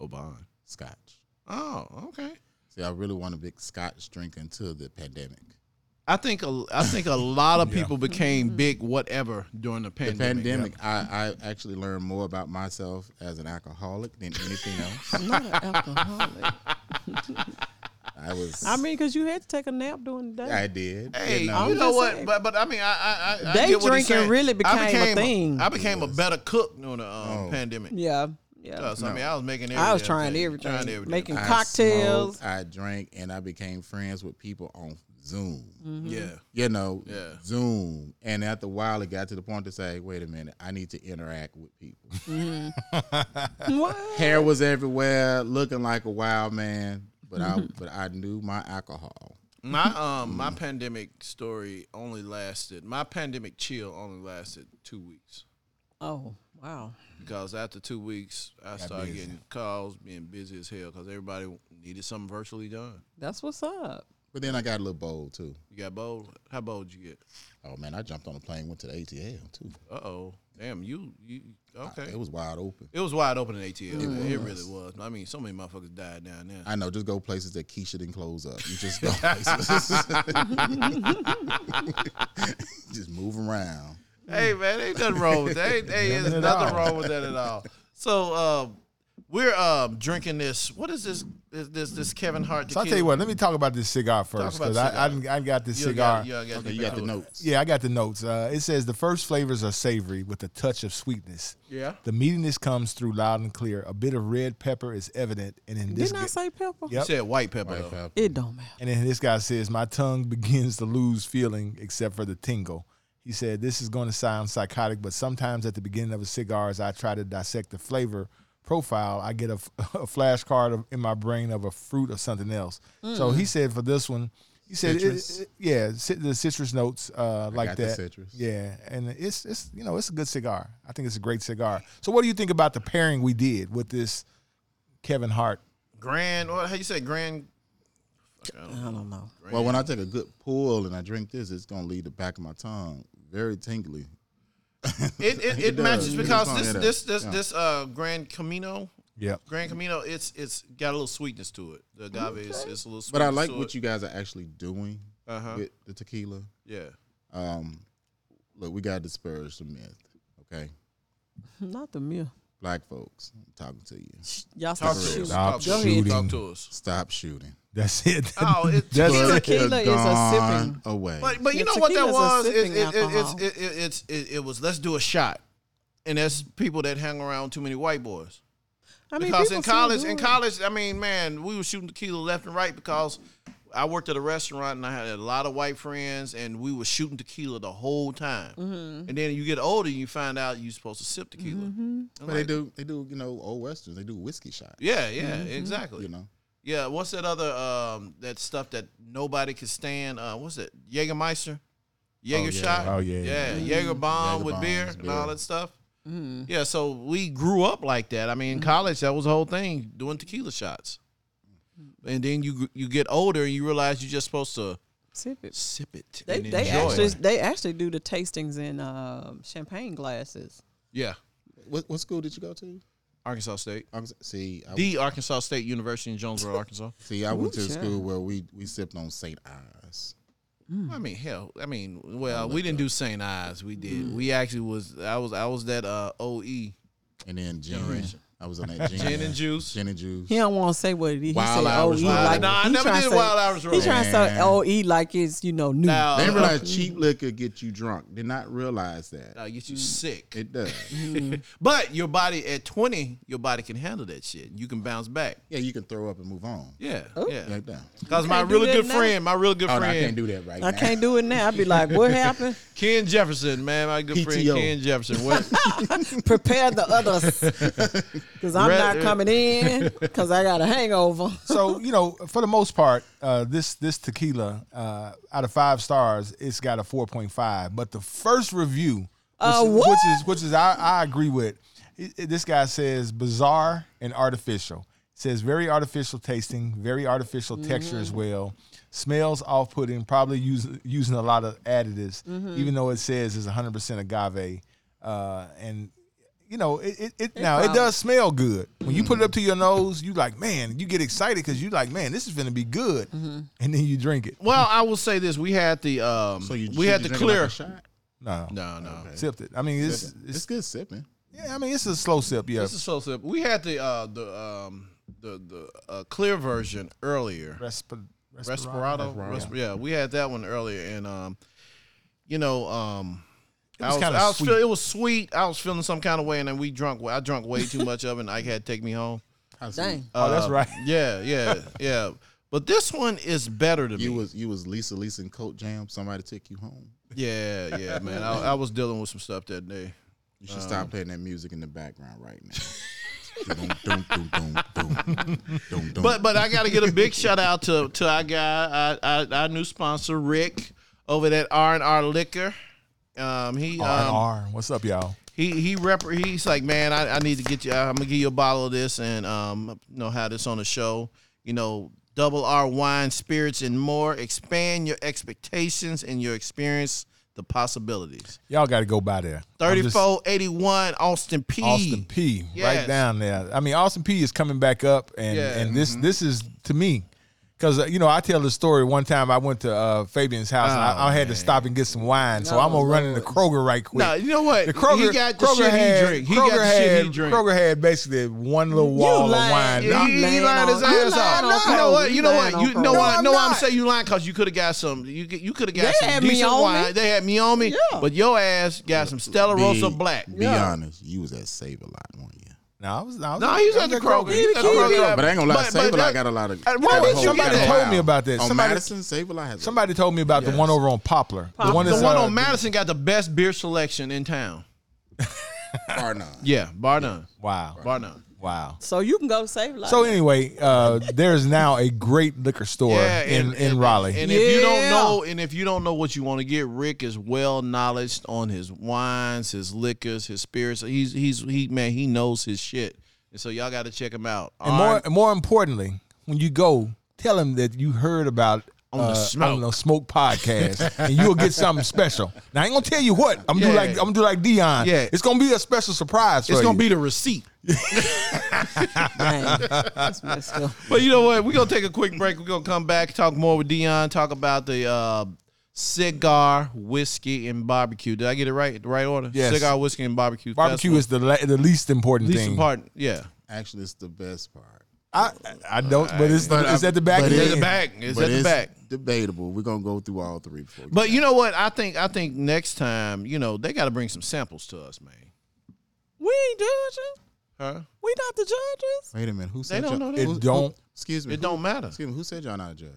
S3: Oban.
S5: Scotch.
S3: Oh, okay.
S5: See, I really want a big Scotch drink until the pandemic.
S3: I think a, I think a lot of people became big whatever during the pandemic.
S5: pandemic, I, I actually learned more about myself as an alcoholic than anything else.
S4: Not an alcoholic.
S5: I was.
S4: I mean, because you had to take a nap during the day.
S5: I did.
S3: Hey,
S5: you
S3: you
S5: know.
S3: know,
S4: I'm just
S3: what?
S4: saying.
S3: But but I mean, I I, I I
S4: Day
S3: get what he's
S4: drinking
S3: saying.
S4: really became
S3: I
S4: a
S3: became
S4: thing.
S3: I became a better cook during the um,
S5: Oh.
S3: pandemic.
S4: yeah, yeah.
S3: Because, I mean, I was making. Every
S4: I was
S3: damn
S4: trying
S3: thing,
S4: everything,
S3: trying everything.
S4: making
S5: I
S4: cocktails.
S5: smoked, I drank, and I became friends with people on Zoom.
S3: yeah.
S5: You know,
S3: Yeah.
S5: Zoom. And after a while, it got to the point to say, wait a minute, I need to interact with people.
S4: What?
S5: Hair was everywhere, looking like a wild man, but I but I knew my alcohol.
S3: My um my pandemic story only lasted. My pandemic chill only lasted two weeks
S4: Oh wow.
S3: because after two weeks I started
S2: busy.
S3: getting calls, being busy as hell because everybody needed something virtually done.
S4: That's what's up.
S5: But then I got a little bold too.
S3: You got bold? How bold you get?
S5: Oh man, I jumped on a plane, went to the ATL too.
S3: Uh oh, damn you you okay?
S5: Uh, It was wide open.
S3: It was wide open in ATL. It, it really was. I mean, so many motherfuckers died down there.
S5: I know, just go places that Keisha didn't close up. You just go places. just move around.
S3: Hey man, ain't nothing wrong with that. Ain't, hey, there's nothing wrong with that at all. So um, we're um, drinking this. What is this? Is this this Kevin
S2: So
S3: Hart?
S2: I tell
S3: tequila?
S2: you what, let me talk about this cigar
S3: about
S2: first because
S3: the
S2: I, I,
S3: cigar.
S2: didn't- I got this
S3: You
S2: cigar.
S3: Got, you got,
S5: Okay, you got the notes.
S2: Yeah, I got the notes. Uh, it says the first flavors are savory with a touch of sweetness.
S3: Yeah.
S2: The meatiness comes through loud and clear. A bit of red pepper is evident, and in this
S4: Didn't I
S2: gu-
S4: say pepper?
S2: Yep.
S3: Said white pepper.
S5: Right,
S3: though.
S5: Fab?
S4: It don't matter.
S2: and then this guy says my tongue begins to lose feeling except for the tingle. He said this is going to sound psychotic, but sometimes at the beginning of a cigar, as I try to dissect the flavor profile, I get a, f- a flashcard of- in my brain of a fruit or something else. So he said for this one. He said, it-
S5: Citrus?
S2: it- "Yeah, cit- the citrus notes uh, like
S5: got the
S2: that.
S5: citrus.
S2: Yeah, and it's it's you know it's a good cigar. I think it's a great cigar. So what do you think about the pairing we did with this Kevin Hart?
S3: Grand. What? How you say grand? Fuck, I don't
S4: I
S3: know.
S4: don't know.
S5: Well, when I take a good pull and I drink this, it's gonna leave the back of my tongue very tingly.
S3: It it,
S5: It
S3: it
S5: does.
S3: matches
S5: It
S3: because
S5: does.
S3: this
S5: Yeah.
S3: this this
S5: Yeah.
S3: this uh Grand Camino.
S2: Yep.
S3: Grand Camino, it's it's got a little sweetness to it. The agave is it's a little. Sweetness
S5: But I like
S3: to
S5: what
S3: it.
S5: you guys are actually doing
S3: Uh-huh.
S5: with the tequila.
S3: Yeah.
S5: Um, look, we gotta disparage the myth, okay?
S4: Not the meal.
S5: Black folks, I'm talking to you.
S4: Y'all
S3: Talk
S4: stop
S5: to
S3: to us.
S4: shooting.
S2: Stop
S3: Talk to us.
S2: shooting.
S3: Talk to us.
S5: Stop shooting.
S2: That's it.
S3: Oh, it's-
S2: That's
S4: Tequila
S2: it.
S4: is a
S5: Gone
S4: sipping.
S5: away.
S3: But but you
S4: Yeah,
S3: know what that
S4: tequila's a
S3: was? It,
S4: sipping
S3: it, it, it's,
S4: alcohol.
S3: it, it, it's it, it was let's do a shot, and that's people that hang around too many white boys.
S4: I mean,
S3: Because
S4: people
S3: in
S4: still
S3: college,
S4: do
S3: in
S4: it.
S3: college, I mean, man, we were shooting tequila left and right because I worked at a restaurant and I had a lot of white friends, and we were shooting tequila the whole time.
S4: Mm-hmm.
S3: And then you get older, and you find out you're supposed to sip tequila. I'm
S5: But they
S3: like,
S5: do, they do, you know, old westerns. They do whiskey shots.
S3: Yeah, yeah,
S4: Mm-hmm.
S3: exactly.
S5: You know,
S3: Yeah, what's that other um that stuff that nobody could stand? Uh what's it? Jägermeister? Jaeger
S5: yeah.
S3: shot?
S2: Oh, yeah,
S3: Yeah, Jaeger bomb with
S5: Jägerbomb
S3: beer
S5: with
S3: and all
S5: beer.
S3: that stuff.
S4: Mm-hmm.
S3: Yeah, so we grew up like that. I mean, in college that was the whole thing, doing tequila shots. And then you gr- you get older and you realize you're just supposed to
S4: Sip it.
S3: sip it
S4: They,
S3: and
S4: they
S3: enjoy
S4: actually
S3: it.
S4: they actually do the tastings in uh, champagne glasses.
S3: Yeah,
S5: what, what school did you go to?
S3: Arkansas State.
S5: I was- See, I,
S3: The Arkansas State University in Jonesboro, Arkansas.
S5: see, I went
S4: Ooh,
S5: to a
S4: child.
S5: school where we we sipped on Saint Ives.
S3: I mean, hell, I mean,
S5: Oh,
S3: well, we didn't do St. Ives. We did.
S4: Mm-hmm.
S3: We actually was. I was. I was that uh, OE
S5: And then gin. I was on that gin.
S3: gin and juice.
S5: Gin and juice.
S4: He don't want to say what it is. He
S5: Wild
S4: said
S5: Hours
S4: OE
S5: Road.
S4: like
S3: Nah, I
S4: he
S3: never
S4: tryna
S3: did
S4: say-
S3: Wild Hours
S4: He
S3: Road.
S4: trying to say
S5: Man.
S4: OE like it's you know new.
S3: Now,
S5: They didn't
S3: uh,
S5: realize cheap liquor get you drunk. Did not realize that.
S3: uh, get you sick.
S5: Mm-hmm. It does.
S3: but your body at twenty, your body can handle that shit. You can bounce back.
S5: yeah, you can throw up and move on.
S3: Yeah, yeah.
S5: Like that.
S3: Because my
S4: Oh. can't do
S3: really
S4: that
S3: good
S4: now.
S3: friend, my real good
S5: Oh, no, I
S3: friend,
S5: can't do that right
S4: I
S5: now.
S4: can't do it now. I'd be like, what happened?
S3: Ken Jefferson, man, my good friend
S5: PTO.
S3: Ken Jefferson. What,
S4: Prepare the others because I'm
S3: Red-
S4: not coming in because I got a hangover.
S2: so you know, for the most part, uh, this this tequila uh, out of five stars, it's got a four point five. But the first review, which,
S4: Uh, what?
S2: which is which is I, I agree with, It- it- this guy says bizarre and artificial. Says very artificial tasting, very artificial texture as well. Smells off putting, probably use, using a lot of additives, even though it says it's 100% agave. Uh, and you know, it, it, it now it
S4: probably-
S2: does smell good. When you put it up to your nose, you like, man, you get excited because you like, man, this is gonna be good, and then you drink it.
S3: well, I will say this: we had the um,
S5: So you
S3: we
S5: should
S3: had the
S5: you drink it like
S3: clear.
S5: a shot?
S2: No,
S3: no, no.
S2: sipped it. I mean, it's,
S5: It's
S2: it's
S5: good sipping.
S2: yeah, I mean, it's a slow sip. Yeah,
S3: This is so simple. We had the uh, the um, the the uh, clear version earlier.
S2: Resp-
S3: Respirado. Resp- yeah. we had that one earlier, and um, you know, um, it
S2: was
S3: was, I
S2: kinda
S3: was, I was
S2: sweet.
S3: feel- it was sweet. I was feeling some kind of way, and then we drunk. I drunk way too much of it. and Ike had to take me home.
S5: How sweet.
S4: Dang.
S2: Oh, that's
S3: Uh,
S2: right.
S3: Yeah, yeah, yeah. But this one is better to
S5: You
S3: me.
S5: was you was Lisa Lisa and Coat Jam. Somebody took you home.
S3: yeah, yeah, man. I, I was dealing with some stuff that day.
S5: You should
S3: Uh.
S5: stop playing that music in the background right now. Dum, dum, dum, dum, dum. Dum, dum.
S3: But but I got to get a big shout out to to our guy, our, our, our new sponsor Rick over at R and R Liquor. Um, he um,
S2: R&R. What's up, y'all?
S3: he he rep he's like man I, I need to get you i'm gonna give you a bottle of this and um you know have this on the show you know double r wine spirits and more expand your expectations and your experience the possibilities
S2: Y'all got to go by there. I'm just-
S3: 3481 austin p
S2: Austin P, right
S3: E. Yes.
S2: down there. I mean, Austin P is coming back up, and
S3: Yeah. mm-hmm.
S2: and this this is to me, because you know I tell the story. One time I went to uh, Fabian's house, and
S3: Oh,
S2: I, I had to stop and get some wine, so I'm gonna run into Kroger right quick.
S3: Nah, you know what?
S2: The Kroger,
S3: He got the
S2: Kroger
S3: shit he
S2: had,
S3: drink. He
S2: Kroger
S3: got the
S2: had,
S3: shit he drink.
S2: Kroger had basically one little wall
S4: lying.
S2: of wine.
S4: I'm
S3: Yeah, he, he
S4: laying
S3: lying his
S4: on- you
S3: ass
S4: lying on
S3: off. You know what?
S4: Kroger.
S3: You
S4: You
S3: know
S4: lying
S3: what?
S4: on
S3: You know
S4: Kroger.
S2: No,
S3: what? No,
S2: I'm
S3: I'm
S2: not.
S3: saying you lying because you could have got some. You could- you could have got
S4: They
S3: some
S4: had me
S3: decent
S4: on me.
S3: wine. They had me on me,
S4: Yeah.
S3: but your ass got some Stella
S5: Be-
S3: Rosa Black.
S5: Be
S4: Yeah.
S5: honest, you was at Save a Lot, weren't you?
S2: No, I was, I was,
S3: No, he was
S2: I
S3: at the Kroger. He was at the Kroger.
S5: But I ain't gonna lie,
S3: But-
S5: Save a
S3: but
S5: Lot
S3: that- Uh,
S5: got a lot of.
S3: why
S5: got a
S3: did
S5: whole-
S3: you
S5: got
S3: get
S5: a
S3: that?
S5: whole
S2: Told me about this.
S5: On
S2: Somebody-
S5: Madison, Save a Lot has. a-
S2: Somebody told me about the one over on Poplar. The
S4: Poplar.
S2: one,
S3: The
S2: that's,
S3: one
S2: uh,
S3: on Madison got the best beer selection in town.
S5: Bar none.
S3: Yeah, bar none.
S2: Wow,
S3: Bar none.
S2: wow.
S4: So you can go save life.
S2: So anyway, uh, there is now a great liquor store
S3: Yeah,
S2: in, in Raleigh.
S3: And if you don't
S4: Yeah.
S3: know, and if you don't know what you want to get, Rick is well knowledged on his wines, his liquors, his spirits. He's he's he man, he knows his shit. And so y'all got to check him out.
S2: And more, and more importantly, when you go, tell him that you heard about
S3: On the
S2: uh,
S3: Smoke.
S2: on the smoke podcast, and you'll get something special. Now I ain't gonna tell you what. I'm gonna do
S3: Yeah.
S2: like I'm gonna do like Dion.
S3: Yeah.
S2: it's gonna be a special surprise. For
S3: it's gonna
S2: you.
S3: be the receipt.
S4: Dang. That's messed up.
S3: But you know what? We're gonna take a quick break. We're gonna come back, talk more with Dion, talk about the uh, cigar, whiskey, and barbecue. Did I get it right? The right order?
S2: Yes.
S3: Cigar, whiskey, and barbecue.
S2: barbecue
S3: Festival.
S2: is the la- the least important
S3: least
S2: thing.
S3: important. Yeah,
S5: Actually, it's the best part.
S2: I I don't, but it's
S5: But
S2: it's
S5: I-
S2: at the back. of
S5: but it-
S3: it's
S2: the
S3: at the
S2: end.
S3: back. It's
S5: But
S3: at the back.
S5: Debatable. We're gonna go through all three before.
S3: But you know what? I think I think next time, you know, they got to bring some samples to us, man.
S4: We ain't judges.
S3: Huh?
S4: We not the judges.
S5: wait a minute. Who said
S3: don't
S5: y'all-
S3: know that.
S5: who-
S2: It don't-
S5: Excuse me.
S3: It don't matter.
S5: Excuse me. Who said y'all not a judge?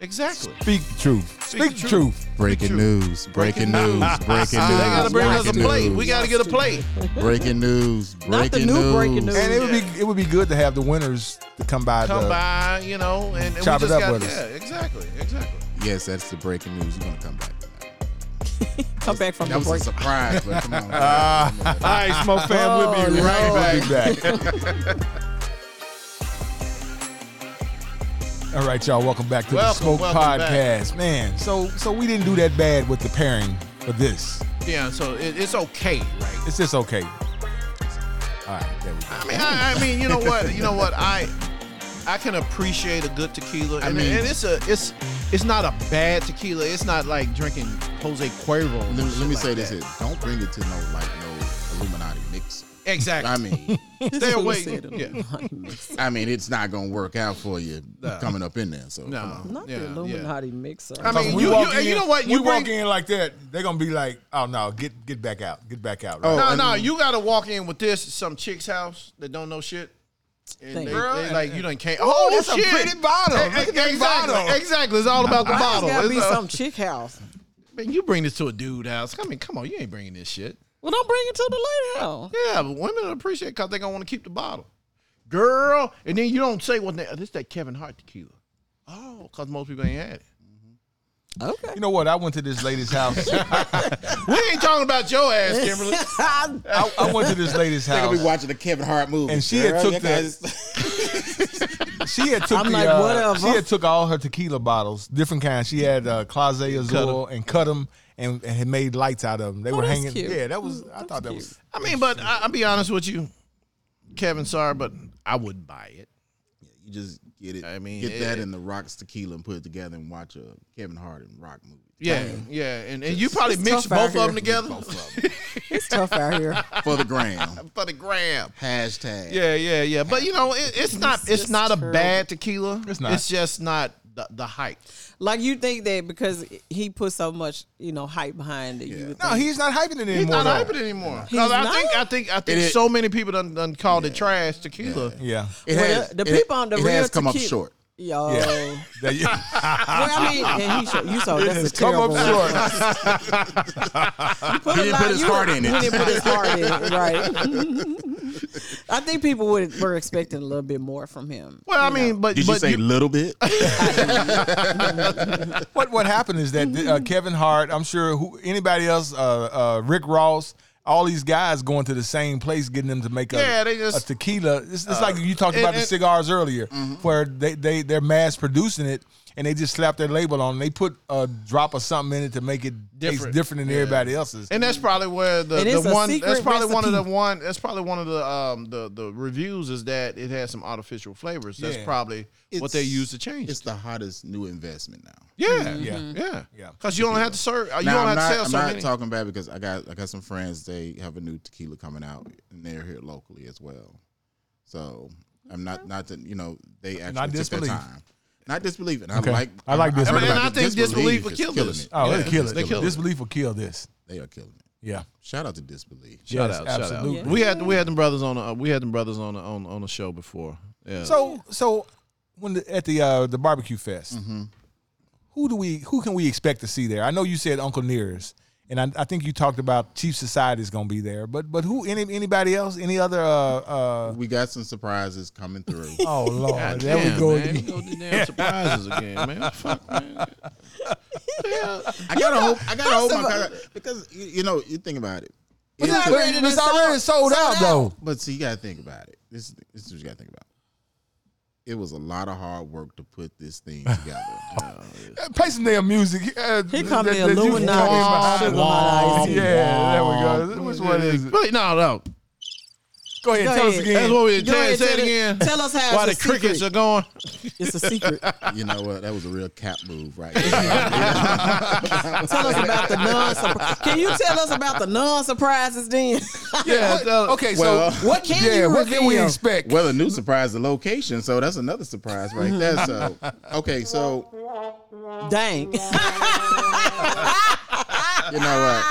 S3: Exactly.
S2: Speak the truth. Speak the truth.
S5: Breaking news. Breaking news. Breaking
S3: They gotta
S5: news.
S3: bring us a
S5: breaking
S3: plate.
S5: news,
S3: We gotta get a plate.
S5: Breaking news. Breaking
S4: Not the new breaking news.
S2: And it would be it would be good to have the winners to come by.
S3: Come
S2: the,
S3: by, you know, and, and we
S2: Chop
S3: just
S2: it up
S3: got
S2: with us.
S3: yeah, exactly, exactly.
S5: Yes, that's the breaking news. We're gonna come back. to that.
S4: Come back from
S5: That
S4: the
S5: was a
S4: break.
S5: surprise, but come on. Ah.
S3: All right, smoke fam,
S4: we'll be Oh, right no.
S2: We'll be back. All right, y'all. Welcome back to the
S3: Welcome,
S2: Smoke
S3: welcome back.
S2: Podcast, man. So, so we didn't do that bad with the pairing for this.
S3: Yeah, so it, it's okay, right?
S2: It's just okay. All right, there we go.
S3: I mean, I, I mean, you know what? You know what? I I can appreciate a good tequila, and,
S5: I mean-
S3: and it's a it's it's not a bad tequila. It's not like drinking Jose Cuervo.
S5: Let me, let me
S3: like
S5: say this
S3: that.
S5: here. Don't bring it to no like no Illuminati mix.
S3: Exactly.
S5: I mean,
S3: Stay away.
S4: Said it.
S3: Yeah.
S5: I mean, it's not gonna work out for you
S3: No.
S5: coming up in there. So come
S3: No.
S5: on.
S4: Not
S3: yeah,
S4: the
S3: yeah.
S4: Illuminati mixer.
S3: I mean,
S2: We
S3: you,
S2: walk
S3: you, and you
S2: in-
S3: know what?
S2: We
S3: You bring,
S2: walk in like that, they're gonna be like, "Oh no, get get back out, get back out." Right?
S5: Oh,
S3: No,
S5: I
S3: no,
S5: mean-
S3: you gotta walk in with this some chick's house that don't know shit. And they,
S4: Thank
S3: they
S4: you.
S3: like you done came.
S2: Oh,
S3: Oh,
S2: that's a
S3: shit.
S2: pretty bottle.
S3: E- e-
S2: Look at that
S3: exactly,
S2: bottle.
S3: Exactly. It's all about the
S4: Mine's
S3: bottle.
S4: gotta be
S3: It's, uh,
S4: some chick house.
S3: man, you bring this to a dude house. I mean, come on, you ain't bringing this shit.
S4: Well, don't bring it to the lady house.
S3: Yeah, but women will appreciate because they gonna want to keep the bottle, girl. And then you don't say what well, this that Kevin Hart tequila. Oh, because most people ain't had it.
S4: Okay.
S2: You know what? I went to this lady's house.
S3: We ain't talking about your ass, Kimberly.
S2: I, I went to this lady's
S5: They're gonna be
S2: house.
S5: watching the Kevin Hart movie.
S2: And she had
S5: Girl,
S2: took
S5: you
S2: the-
S5: guys-
S2: She had took
S4: I'm
S2: the,
S4: like,
S2: uh,
S4: whatever.
S2: she had took all her tequila bottles, different kinds. She had uh, Clase Azul and cut them and, and had made lights out of them. They were
S4: Oh, that's
S2: hanging.
S4: cute.
S2: Yeah, that was. I thought that
S4: cute.
S2: was.
S3: I mean, but I, I'll be honest with you, Kevin. Sorry, but I wouldn't buy it.
S5: You just get it.
S3: I
S5: I
S3: mean,
S5: mean, get that
S3: it-
S5: in the Rocks tequila and put it together and watch a Kevin Hart and Rock movie.
S3: Yeah, yeah, and, and you probably
S4: it's
S3: mix
S4: tough out
S3: both of them
S4: here.
S3: together
S5: Both of 'em.
S4: It's tough out here.
S5: for the gram.
S3: for the gram.
S5: Hashtag.
S3: Yeah, yeah, yeah. But you know, it, it's not it's,
S4: just
S3: not a
S4: terrible.
S3: bad tequila. It's
S2: not.
S3: It's just not the, the hype.
S4: Like you think that because he put so much, you know, hype behind it. You would
S2: No,
S4: think,
S2: he's not hyping it anymore.
S3: He's not
S2: though.
S3: hyping anymore. 'Cause
S4: He's
S3: I
S4: not?
S3: think I think I think
S5: It is-
S3: so many people done, done called it trash tequila.
S2: Yeah.
S5: It
S4: Well,
S5: has,
S4: the
S5: it-
S4: people on the
S5: it
S4: real
S5: has come up
S4: tequila-
S5: short.
S4: yo.
S2: Yeah. That- yeah.
S4: Well, I mean, and he show, you saw
S2: It has
S4: that's a
S2: come up
S4: terrible one.
S2: short.
S5: He
S4: a
S5: didn't
S4: lot-
S5: put his
S4: you-
S5: heart in it.
S4: He didn't put his heart in it, right? I think people would, were expecting a little bit more from him.
S3: Well, I mean, but
S5: Did
S3: but
S5: you say little bit?
S2: what what happened is that uh, Kevin Hart, I'm sure who anybody else, uh, uh, Rick Ross, all these guys going to the same place, getting them to make a,
S3: Yeah, they just-
S2: a
S3: uh,
S2: tequila. It's, it's like you talked
S3: and-
S2: about the
S3: and-
S2: cigars earlier,
S3: mm-hmm.
S2: where they they they're mass producing it. And they just slap their label on. it. They put a drop of something in it to make it
S3: Different.
S2: taste different than everybody else's.
S3: and that's probably where the,
S4: And it's
S3: the
S4: a
S3: one that's
S4: secret
S3: probably one of the
S4: recipe.
S3: one that's probably one of the um the, the reviews is that it has some artificial flavors. That's
S2: Yeah.
S3: probably what they
S5: It's-
S3: use to change.
S5: It's
S3: It.
S5: the hottest new investment now.
S3: Yeah, yeah,
S2: Yeah.
S3: yeah,
S2: Yeah.
S3: Because you don't have to serve. uh, You
S5: Now,
S3: don't
S5: I'm
S3: have
S5: not,
S3: to sell
S5: I'm
S3: so
S5: not
S3: many.
S5: talking about it because I got I got some friends. They have a new tequila coming out, and they're here locally as well. So I'm not not that you know they actually took
S2: disbelieve.
S5: their time. Not disbelieving. I
S2: Okay.
S5: like
S2: I like
S5: heard
S2: disbelief.
S5: about
S3: And I
S5: the
S3: think disbelief would
S5: is
S3: kill
S5: killing
S3: this.
S5: it.
S2: oh,
S3: Yeah,
S2: they kill it.
S3: they kill it.
S2: Disbelief will kill this.
S5: They are killing it.
S2: Yeah.
S5: Shout out to disbelief.
S3: Shout
S2: Yes,
S3: out,
S2: absolutely.
S3: shout out. We had we had them brothers on a, uh, we had them brothers on a, on on the show before. Yeah.
S2: So uh, so when the, at the uh, the barbecue fest, who do we who can we expect to see there? I know you said Uncle Nearest, and I, I think you talked about Chief Society is going to be there, but but who any anybody else? Any other? Uh, uh,
S5: We got some surprises coming through.
S2: oh Lord,
S3: God
S2: there
S3: damn,
S2: we go.
S3: Man. You
S2: again.
S3: go to damn surprises again, man. What the Fuck, man.
S5: I gotta hope. I gotta hope my contract- because you, you know you think about it.
S2: But
S5: It's
S2: it's,
S5: a-
S2: but it's already sold, out, though.
S5: But see, you gotta think about it. This, this is what you gotta think about. It was a lot of hard work to put this thing together.
S2: Uh, Play some damn music. Uh,
S4: Here come
S2: that-
S4: the
S2: that you
S4: Illuminati
S2: can-
S4: sugar high ice tea.
S2: Yeah, there we go. Which one is it?
S3: But no, no.
S2: Go ahead, tell us
S4: ahead.
S2: again.
S3: That's what we
S4: Go
S3: tell,
S4: ahead,
S3: say it
S4: tell it-
S3: again.
S4: tell us how
S3: Why the
S4: it's a
S3: crickets
S4: secret.
S3: are going.
S4: It's a secret.
S5: you know what? That was a real cap move, right? there.
S4: tell us about the non. Can you tell us about the non surprises then?
S3: Yeah. tell-
S2: okay,
S5: Well-
S2: so
S4: What can
S2: yeah,
S4: you
S2: what can we
S4: reveal?
S2: expect?
S5: well, a new surprise, the location. So that's another surprise right there. So okay, so
S4: Dang.
S5: you know what?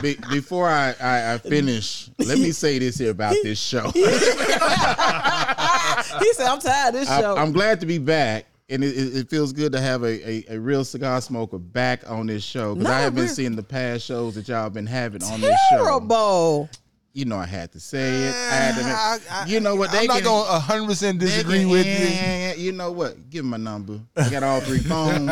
S5: Be- before I, I, I finish, let me say this here about this show.
S4: he said, I'm tired of this
S5: I,
S4: show.
S5: I'm glad to be back. and it, it it feels good to have a, a, a real cigar smoker back on this show because
S4: No,
S5: I have been
S4: we're-
S5: seeing the past shows that y'all been having on this show.
S4: Terrible.
S5: You know, I had to say it. I had to,
S2: Ah, I- I-
S5: you know what? They
S2: I'm not
S5: can-
S2: gonna hundred percent
S5: they
S2: disagree
S5: can-
S2: with
S5: yeah,
S2: you.
S5: yeah, yeah. You know what? Give him my number. I got all three phones.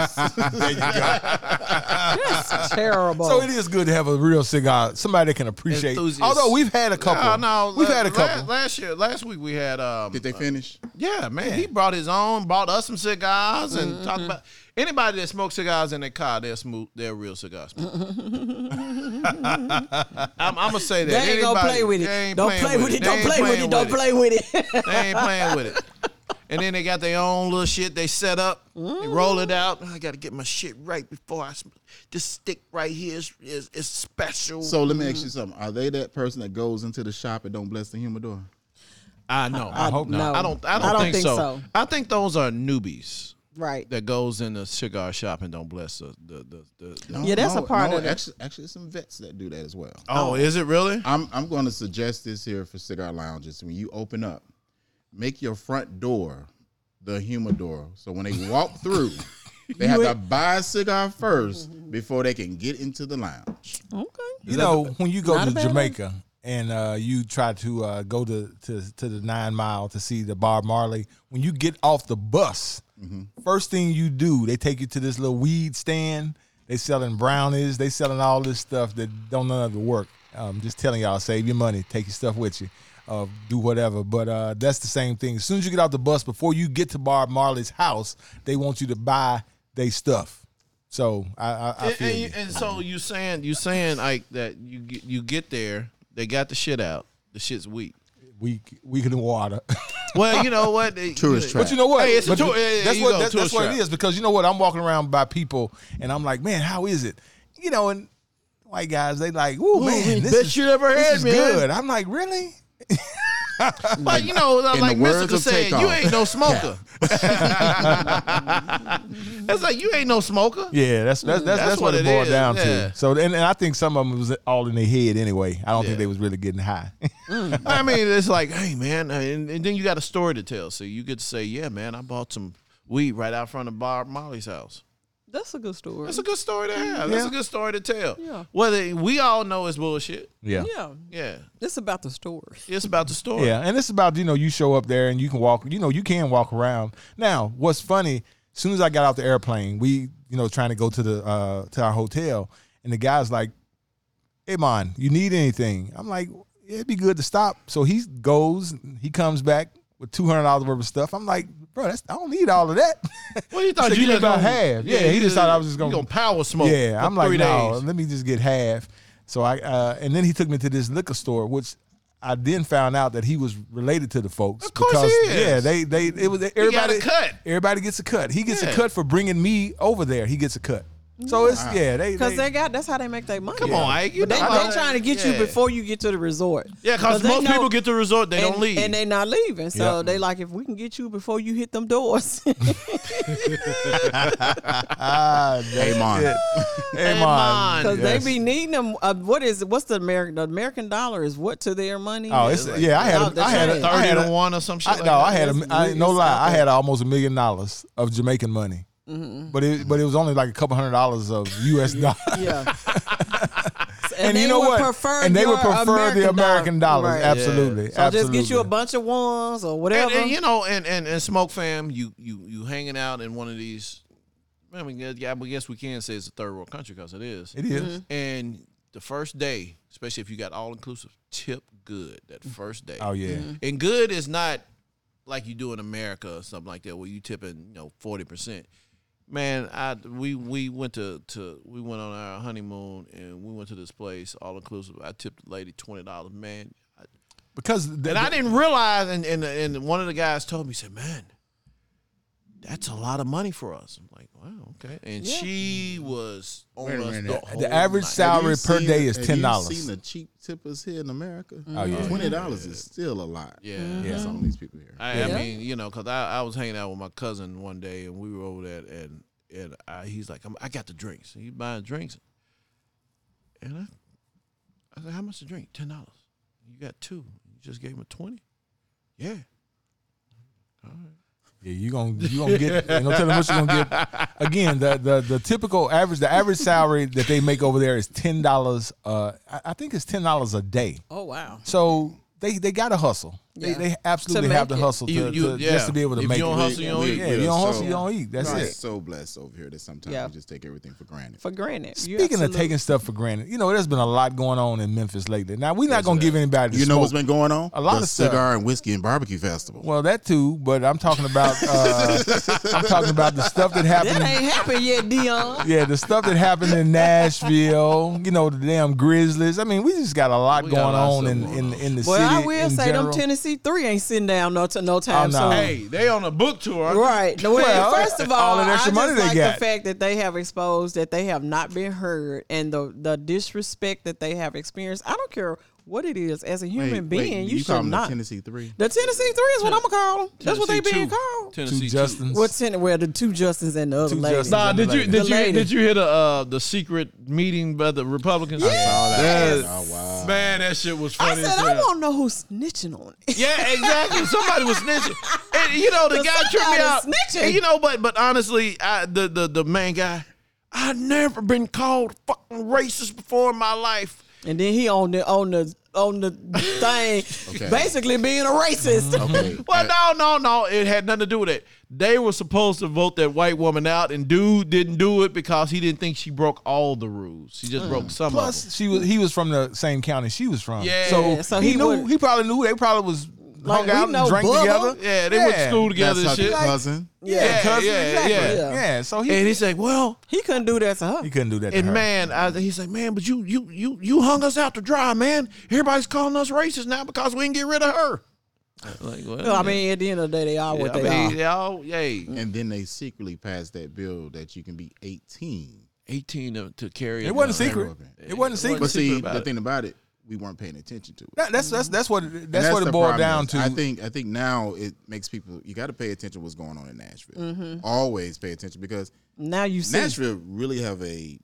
S4: That's terrible.
S2: So it is good to have a real cigar, somebody that can appreciate.
S3: Enthusiast.
S2: Although we've had a couple.
S3: No, no,
S2: we've
S3: la-
S2: had a
S3: la-
S2: couple.
S3: last year, last week we had. Um,
S5: Did they finish?
S3: yeah, man, he brought his own, bought us some cigars, and
S4: Mm-hmm.
S3: talked about anybody that smokes cigars in their car. They're smooth. They're real cigars. I'm, I'm gonna say that
S4: they ain't gonna
S3: Anybody-
S4: play with
S3: they
S4: it.
S3: ain't
S4: Don't
S3: playing
S4: play with it.
S3: They
S4: Don't
S3: ain't
S4: play with
S3: playing
S4: it. Don't play with it.
S3: They ain't playing with it. And then they got their own little shit they set up.
S4: Mm-hmm.
S3: They roll it out. I got to get my shit right before I. Sm- this stick right here is, is, is special.
S5: So let me ask you something. Are they that person that goes into the shop and don't bless the humidor?
S3: I know. I,
S2: hope not.
S4: no.
S3: I don't. I don't, think, so. I think those are newbies
S4: Right.
S3: that goes in the cigar shop and don't bless the the the. the, the-
S4: Yeah, that's a part of it.
S5: Actually, actually, there's some vets that do that as well.
S3: Oh, is it really?
S5: I'm I'm going to suggest this here for cigar lounges. When you open up, make your front door the humidor. So when they walk through, they have to buy a cigar first before they can get into the lounge.
S4: Okay.
S2: You know, when you go
S4: Not
S2: to
S4: a bad
S2: Jamaica and uh, you try to uh, go to, to to the Nine Mile to see the Bob Marley, when you get off the bus, first thing you do, they take you to this little weed stand. They selling brownies. They selling all this stuff that don't none of it work. I'm just telling y'all, save your money, take your stuff with you, uh, do whatever. But uh, that's the same thing. As soon as you get off the bus, before you get to Bob Marley's house, they want you to buy they stuff. So I, I, I
S3: And,
S2: feel
S3: and,
S2: you.
S3: you- and so you saying you saying like that you get- you get there they got the shit out the shit's weak.
S2: weak, weak in the water.
S3: Well, you know what? They-
S5: Tourist
S3: you-
S5: trap.
S2: But you know what?
S3: Hey, it's a
S2: But
S3: tour-
S2: th-
S3: hey,
S2: That's
S3: you
S2: what
S3: go,
S2: that- that's
S3: tourist
S2: what it
S3: trap.
S2: is because you know what? I'm walking around by people and I'm like, man, how is it? You know, and white guys they like, ooh, man, this
S3: best
S2: is,
S3: you ever
S2: this
S3: had,
S2: is
S3: man."
S2: good. I'm like, really?
S3: But you know,
S5: the
S3: like
S5: words
S3: Mystical
S5: of
S3: said,
S5: Takeoff.
S3: you ain't no smoker. That's like you ain't no smoker.
S2: Yeah, that's that's that's,
S3: That's
S2: that's what,
S3: what
S2: it
S3: it
S2: boiled
S3: is,
S2: down
S3: yeah.
S2: to. So and, and I think some of them was all in their head anyway. I don't
S3: Yeah.
S2: think they was really getting high.
S3: I mean, it's like, hey man, and, and then you got a story to tell. So you get to say, yeah, man, I bought some weed right out front of Bob Molly's house.
S4: That's a good story.
S3: That's a good story to have. That's a good story to tell.
S4: Yeah.
S3: Whether we all know it's bullshit.
S2: yeah.
S4: yeah.
S3: Yeah.
S4: It's about the story.
S3: It's about the story.
S2: Yeah, and it's about you know you show up there and you can walk. You know you can walk around. Now, what's funny? As soon as I got off the airplane, we you know trying to go to the uh, to our hotel, and the guy's like, "Hey, man, you need anything?" I'm like, "It'd be good to stop." So he goes, he comes back with two hundred dollars worth of stuff. I'm like, "Bro, that's I don't need all of that."
S3: Well, you
S2: So
S3: thought you
S2: give me
S3: just
S2: about
S3: gonna-
S2: half. Yeah, he just thought I was just
S3: you
S2: gonna-
S3: power smoke.
S2: Yeah,
S3: for
S2: I'm like,
S3: three
S2: no,
S3: days."
S2: let me just get half. So I uh, and then he took me to this liquor store, which I then found out that he was related to the folks. Of
S3: course he is.
S2: Yeah, they they it was
S3: a
S2: everybody
S3: cut.
S2: Everybody gets a cut. He gets
S3: Yeah.
S2: a cut for bringing me over there. He gets a cut. So it's yeah, they
S4: Because
S2: they,
S4: they got that's how they make their money.
S3: Come on, Ike. You
S4: But they,
S3: know
S4: they
S3: I-
S4: trying to get
S3: yeah.
S4: you before you get to the resort.
S3: Yeah, because
S4: they
S3: most
S4: know-
S3: people get to the resort, they
S4: and,
S3: don't leave.
S4: and they not leaving. So
S2: Yeah.
S4: they like, if we can get you before you hit them doors,
S2: ah,
S5: Hey, Mon.
S2: hey,
S3: Hey,
S2: man.
S3: Mon.
S4: because they be needing them. Uh, what is what's the American the American dollar is what to their money?
S2: Oh, it's
S4: Like,
S2: yeah. I had
S4: out
S2: a,
S4: the
S2: I had
S4: chain.
S2: a, I had
S3: thirty
S2: a,
S3: to one or some shit.
S2: I,
S3: like
S2: no,
S3: that.
S2: I had a,
S4: That's
S2: I, no
S4: weird.
S2: lie, I had almost a million dollars of Jamaican money, but it but it was only like a couple hundred dollars of U.S. dollars.
S4: yeah.
S2: and, you
S4: they
S2: know
S4: would
S2: what?
S4: prefer
S2: and they would
S4: your
S2: prefer the
S4: dollar.
S2: American dollars.
S4: Right.
S2: Absolutely.
S4: So
S2: absolutely.
S4: just get you a bunch of ones or
S3: and,
S4: whatever.
S3: and, you know, and, and and smoke fam, you you you hanging out in one of these. I mean, yeah, I guess we can say it's a third world country because it is.
S2: It is.
S4: Mm-hmm.
S3: And the first day, especially if you got all inclusive, tip good that first day.
S2: Oh yeah.
S4: Mm-hmm.
S3: Mm-hmm. And good is not like you do in America or something like that, where you tipping you know forty percent. Man, I we we went to, to we went on our honeymoon and we went to this place all inclusive. I tipped the lady twenty dollars. Man, I,
S2: Because the,
S3: and I didn't realize, and, and and one of the guys told me, he said, "Man, that's a lot of money for us." I'm like, "Wow, okay." And she was on
S5: Wait a
S3: us
S5: minute.
S3: the,
S5: The
S3: whole
S2: average
S3: night.
S2: sal- Salary
S5: Have you
S2: per
S5: seen-
S2: day is
S5: have
S2: $10.
S5: You seen the cheap tippers here in America? Mm-hmm.
S2: yeah.
S5: Twenty dollars is still a lot.
S3: Yeah.
S5: yeah. Some of these people here.
S3: I, I
S4: Yeah.
S3: mean, you know, because I, I was hanging out with my cousin one day, and we were over there, and and I, he's like, I'm, "I got the drinks." He buying drinks, and I, I said, "How much a drink? Ten dollars. You got two. You just gave him a twenty. Yeah. All right.
S2: Yeah, you gonna you gonna get. Don't tell them what you gonna get. Again, the, the the typical average the average salary that they make over there is ten dollars. Uh, I, I think it's ten dollars a day.
S4: Oh wow.
S2: So they they got to hustle. They,
S4: Yeah.
S2: they
S4: To
S2: absolutely
S4: make
S2: have to
S4: it.
S2: hustle to,
S3: You-
S2: to-
S3: you- yeah.
S2: just to be able to
S3: If
S2: make
S3: you don't
S2: it.
S3: hustle, you don't eat.
S2: yeah, if you don't hustle, you don't eat. That's
S5: We're
S2: it.
S5: so blessed over here that sometimes
S4: Yeah.
S5: we just take everything for granted.
S4: For granted. You
S2: Speaking of
S4: absolutely-
S2: taking stuff for granted, you know, there's been a lot going on in Memphis lately. Now we're not gonna give anybody the
S5: You know
S2: smoke.
S5: what's been going on?
S2: A lot
S5: the
S2: of stuff.
S5: cigar and whiskey and barbecue festival.
S2: well, that too, but I'm talking about uh, I'm talking about the stuff that happened
S4: That ain't happened yet, Dion.
S2: Yeah, the stuff that happened in Nashville, you know, the damn Grizzlies. I mean, we just got a lot
S3: We
S2: going
S3: got a lot
S2: on
S3: stuff
S2: in,
S3: going
S2: in,
S3: on.
S2: in the
S4: Well,
S2: city.
S4: I will
S2: in
S4: say
S2: general.
S4: them Tennessee three ain't sitting down no t- no time
S2: no.
S4: soon.
S3: Hey, they on a book tour. aren't they?
S4: Right. Well,
S2: Well,
S4: first of all,
S2: all that extra
S4: I just
S2: money they
S4: like
S2: got.
S4: the fact that they have exposed that they have not been heard and the the disrespect that they have experienced. I don't care what it is. As a
S5: Wait,
S4: human
S5: wait,
S4: being, you,
S5: call
S4: should
S5: them
S4: not.
S5: the Tennessee Three.
S4: The Tennessee Three is what I'm gonna call them. That's what they
S3: Tennessee
S4: being
S3: two.
S4: called.
S2: Two
S3: Tennessee
S2: Justins.
S4: Well, ten, well, the two Justins and the other
S2: Two
S4: lady.
S2: Justins.
S3: Nah,
S2: Something
S3: did you
S2: like
S3: did
S4: that.
S3: you
S4: The lady.
S3: did you hear the uh, the secret meeting by the Republicans?
S5: Yes.
S3: Yeah.
S5: Oh wow.
S3: Man, that shit was
S4: I
S3: funny.
S4: said
S3: as
S4: I
S3: hell.
S4: don't know who's snitching on it.
S3: Yeah, exactly. Somebody was snitching. And, you know, the
S4: But
S3: guy tripped me
S4: somebody
S3: out.
S4: snitching.
S3: And, you know, but but honestly, I, the the the main guy, I never been called fucking racist before in my life.
S4: And then he on the on the on the thing,
S5: Okay.
S4: basically being a racist.
S2: Mm,
S5: Okay.
S3: Well, no, no, no. It had nothing to do with it. They were supposed to vote that white woman out, and dude didn't do it because he didn't think she broke all the rules. She just broke some of them.
S2: Plus, she was he was from the same county she was from.
S3: Yeah.
S2: so,
S4: Yeah, so
S2: he,
S4: he
S2: knew
S4: would-
S2: he probably knew they probably was
S4: Like,
S2: hung
S4: we
S2: out and
S4: know
S2: drank
S4: Bubba.
S2: together.
S3: Yeah, they went to school together
S5: That's
S3: and
S5: her
S3: shit.
S5: cousin.
S4: Yeah.
S3: Yeah,
S2: cousin,
S3: yeah,
S2: exactly.
S3: yeah.
S2: yeah. So he
S3: And he's like, well,
S4: He couldn't do that to her.
S2: he couldn't do that. to
S3: And
S2: her.
S3: man, I, he's like, man, but you you you you hung us out to dry, man. Everybody's calling us racist now because we didn't get rid of her. Like, well,
S4: I mean, at the end of the day, they are
S3: yeah, oh,
S4: what
S3: I
S4: they
S3: mean,
S4: are.
S3: they all- yay,
S5: And then they secretly passed that bill that you can be 18.
S3: eighteen to, to carry.
S2: it
S3: a
S2: wasn't
S3: gun.
S2: secret.
S5: Yeah,
S2: It wasn't
S3: it wasn't
S5: But
S2: secret.
S3: secret.
S5: see,
S3: about
S5: the
S3: it.
S5: thing about it, we weren't paying attention to it.
S2: That- that's that's that's what that's,
S5: And
S2: what it
S5: the
S2: boiled
S5: problem
S2: down
S5: is,
S2: to.
S5: I think I think now it makes people you got to pay attention to what's going on in Nashville.
S3: Mm-hmm.
S5: Always pay attention because
S4: Now you see.
S5: Nashville really have a.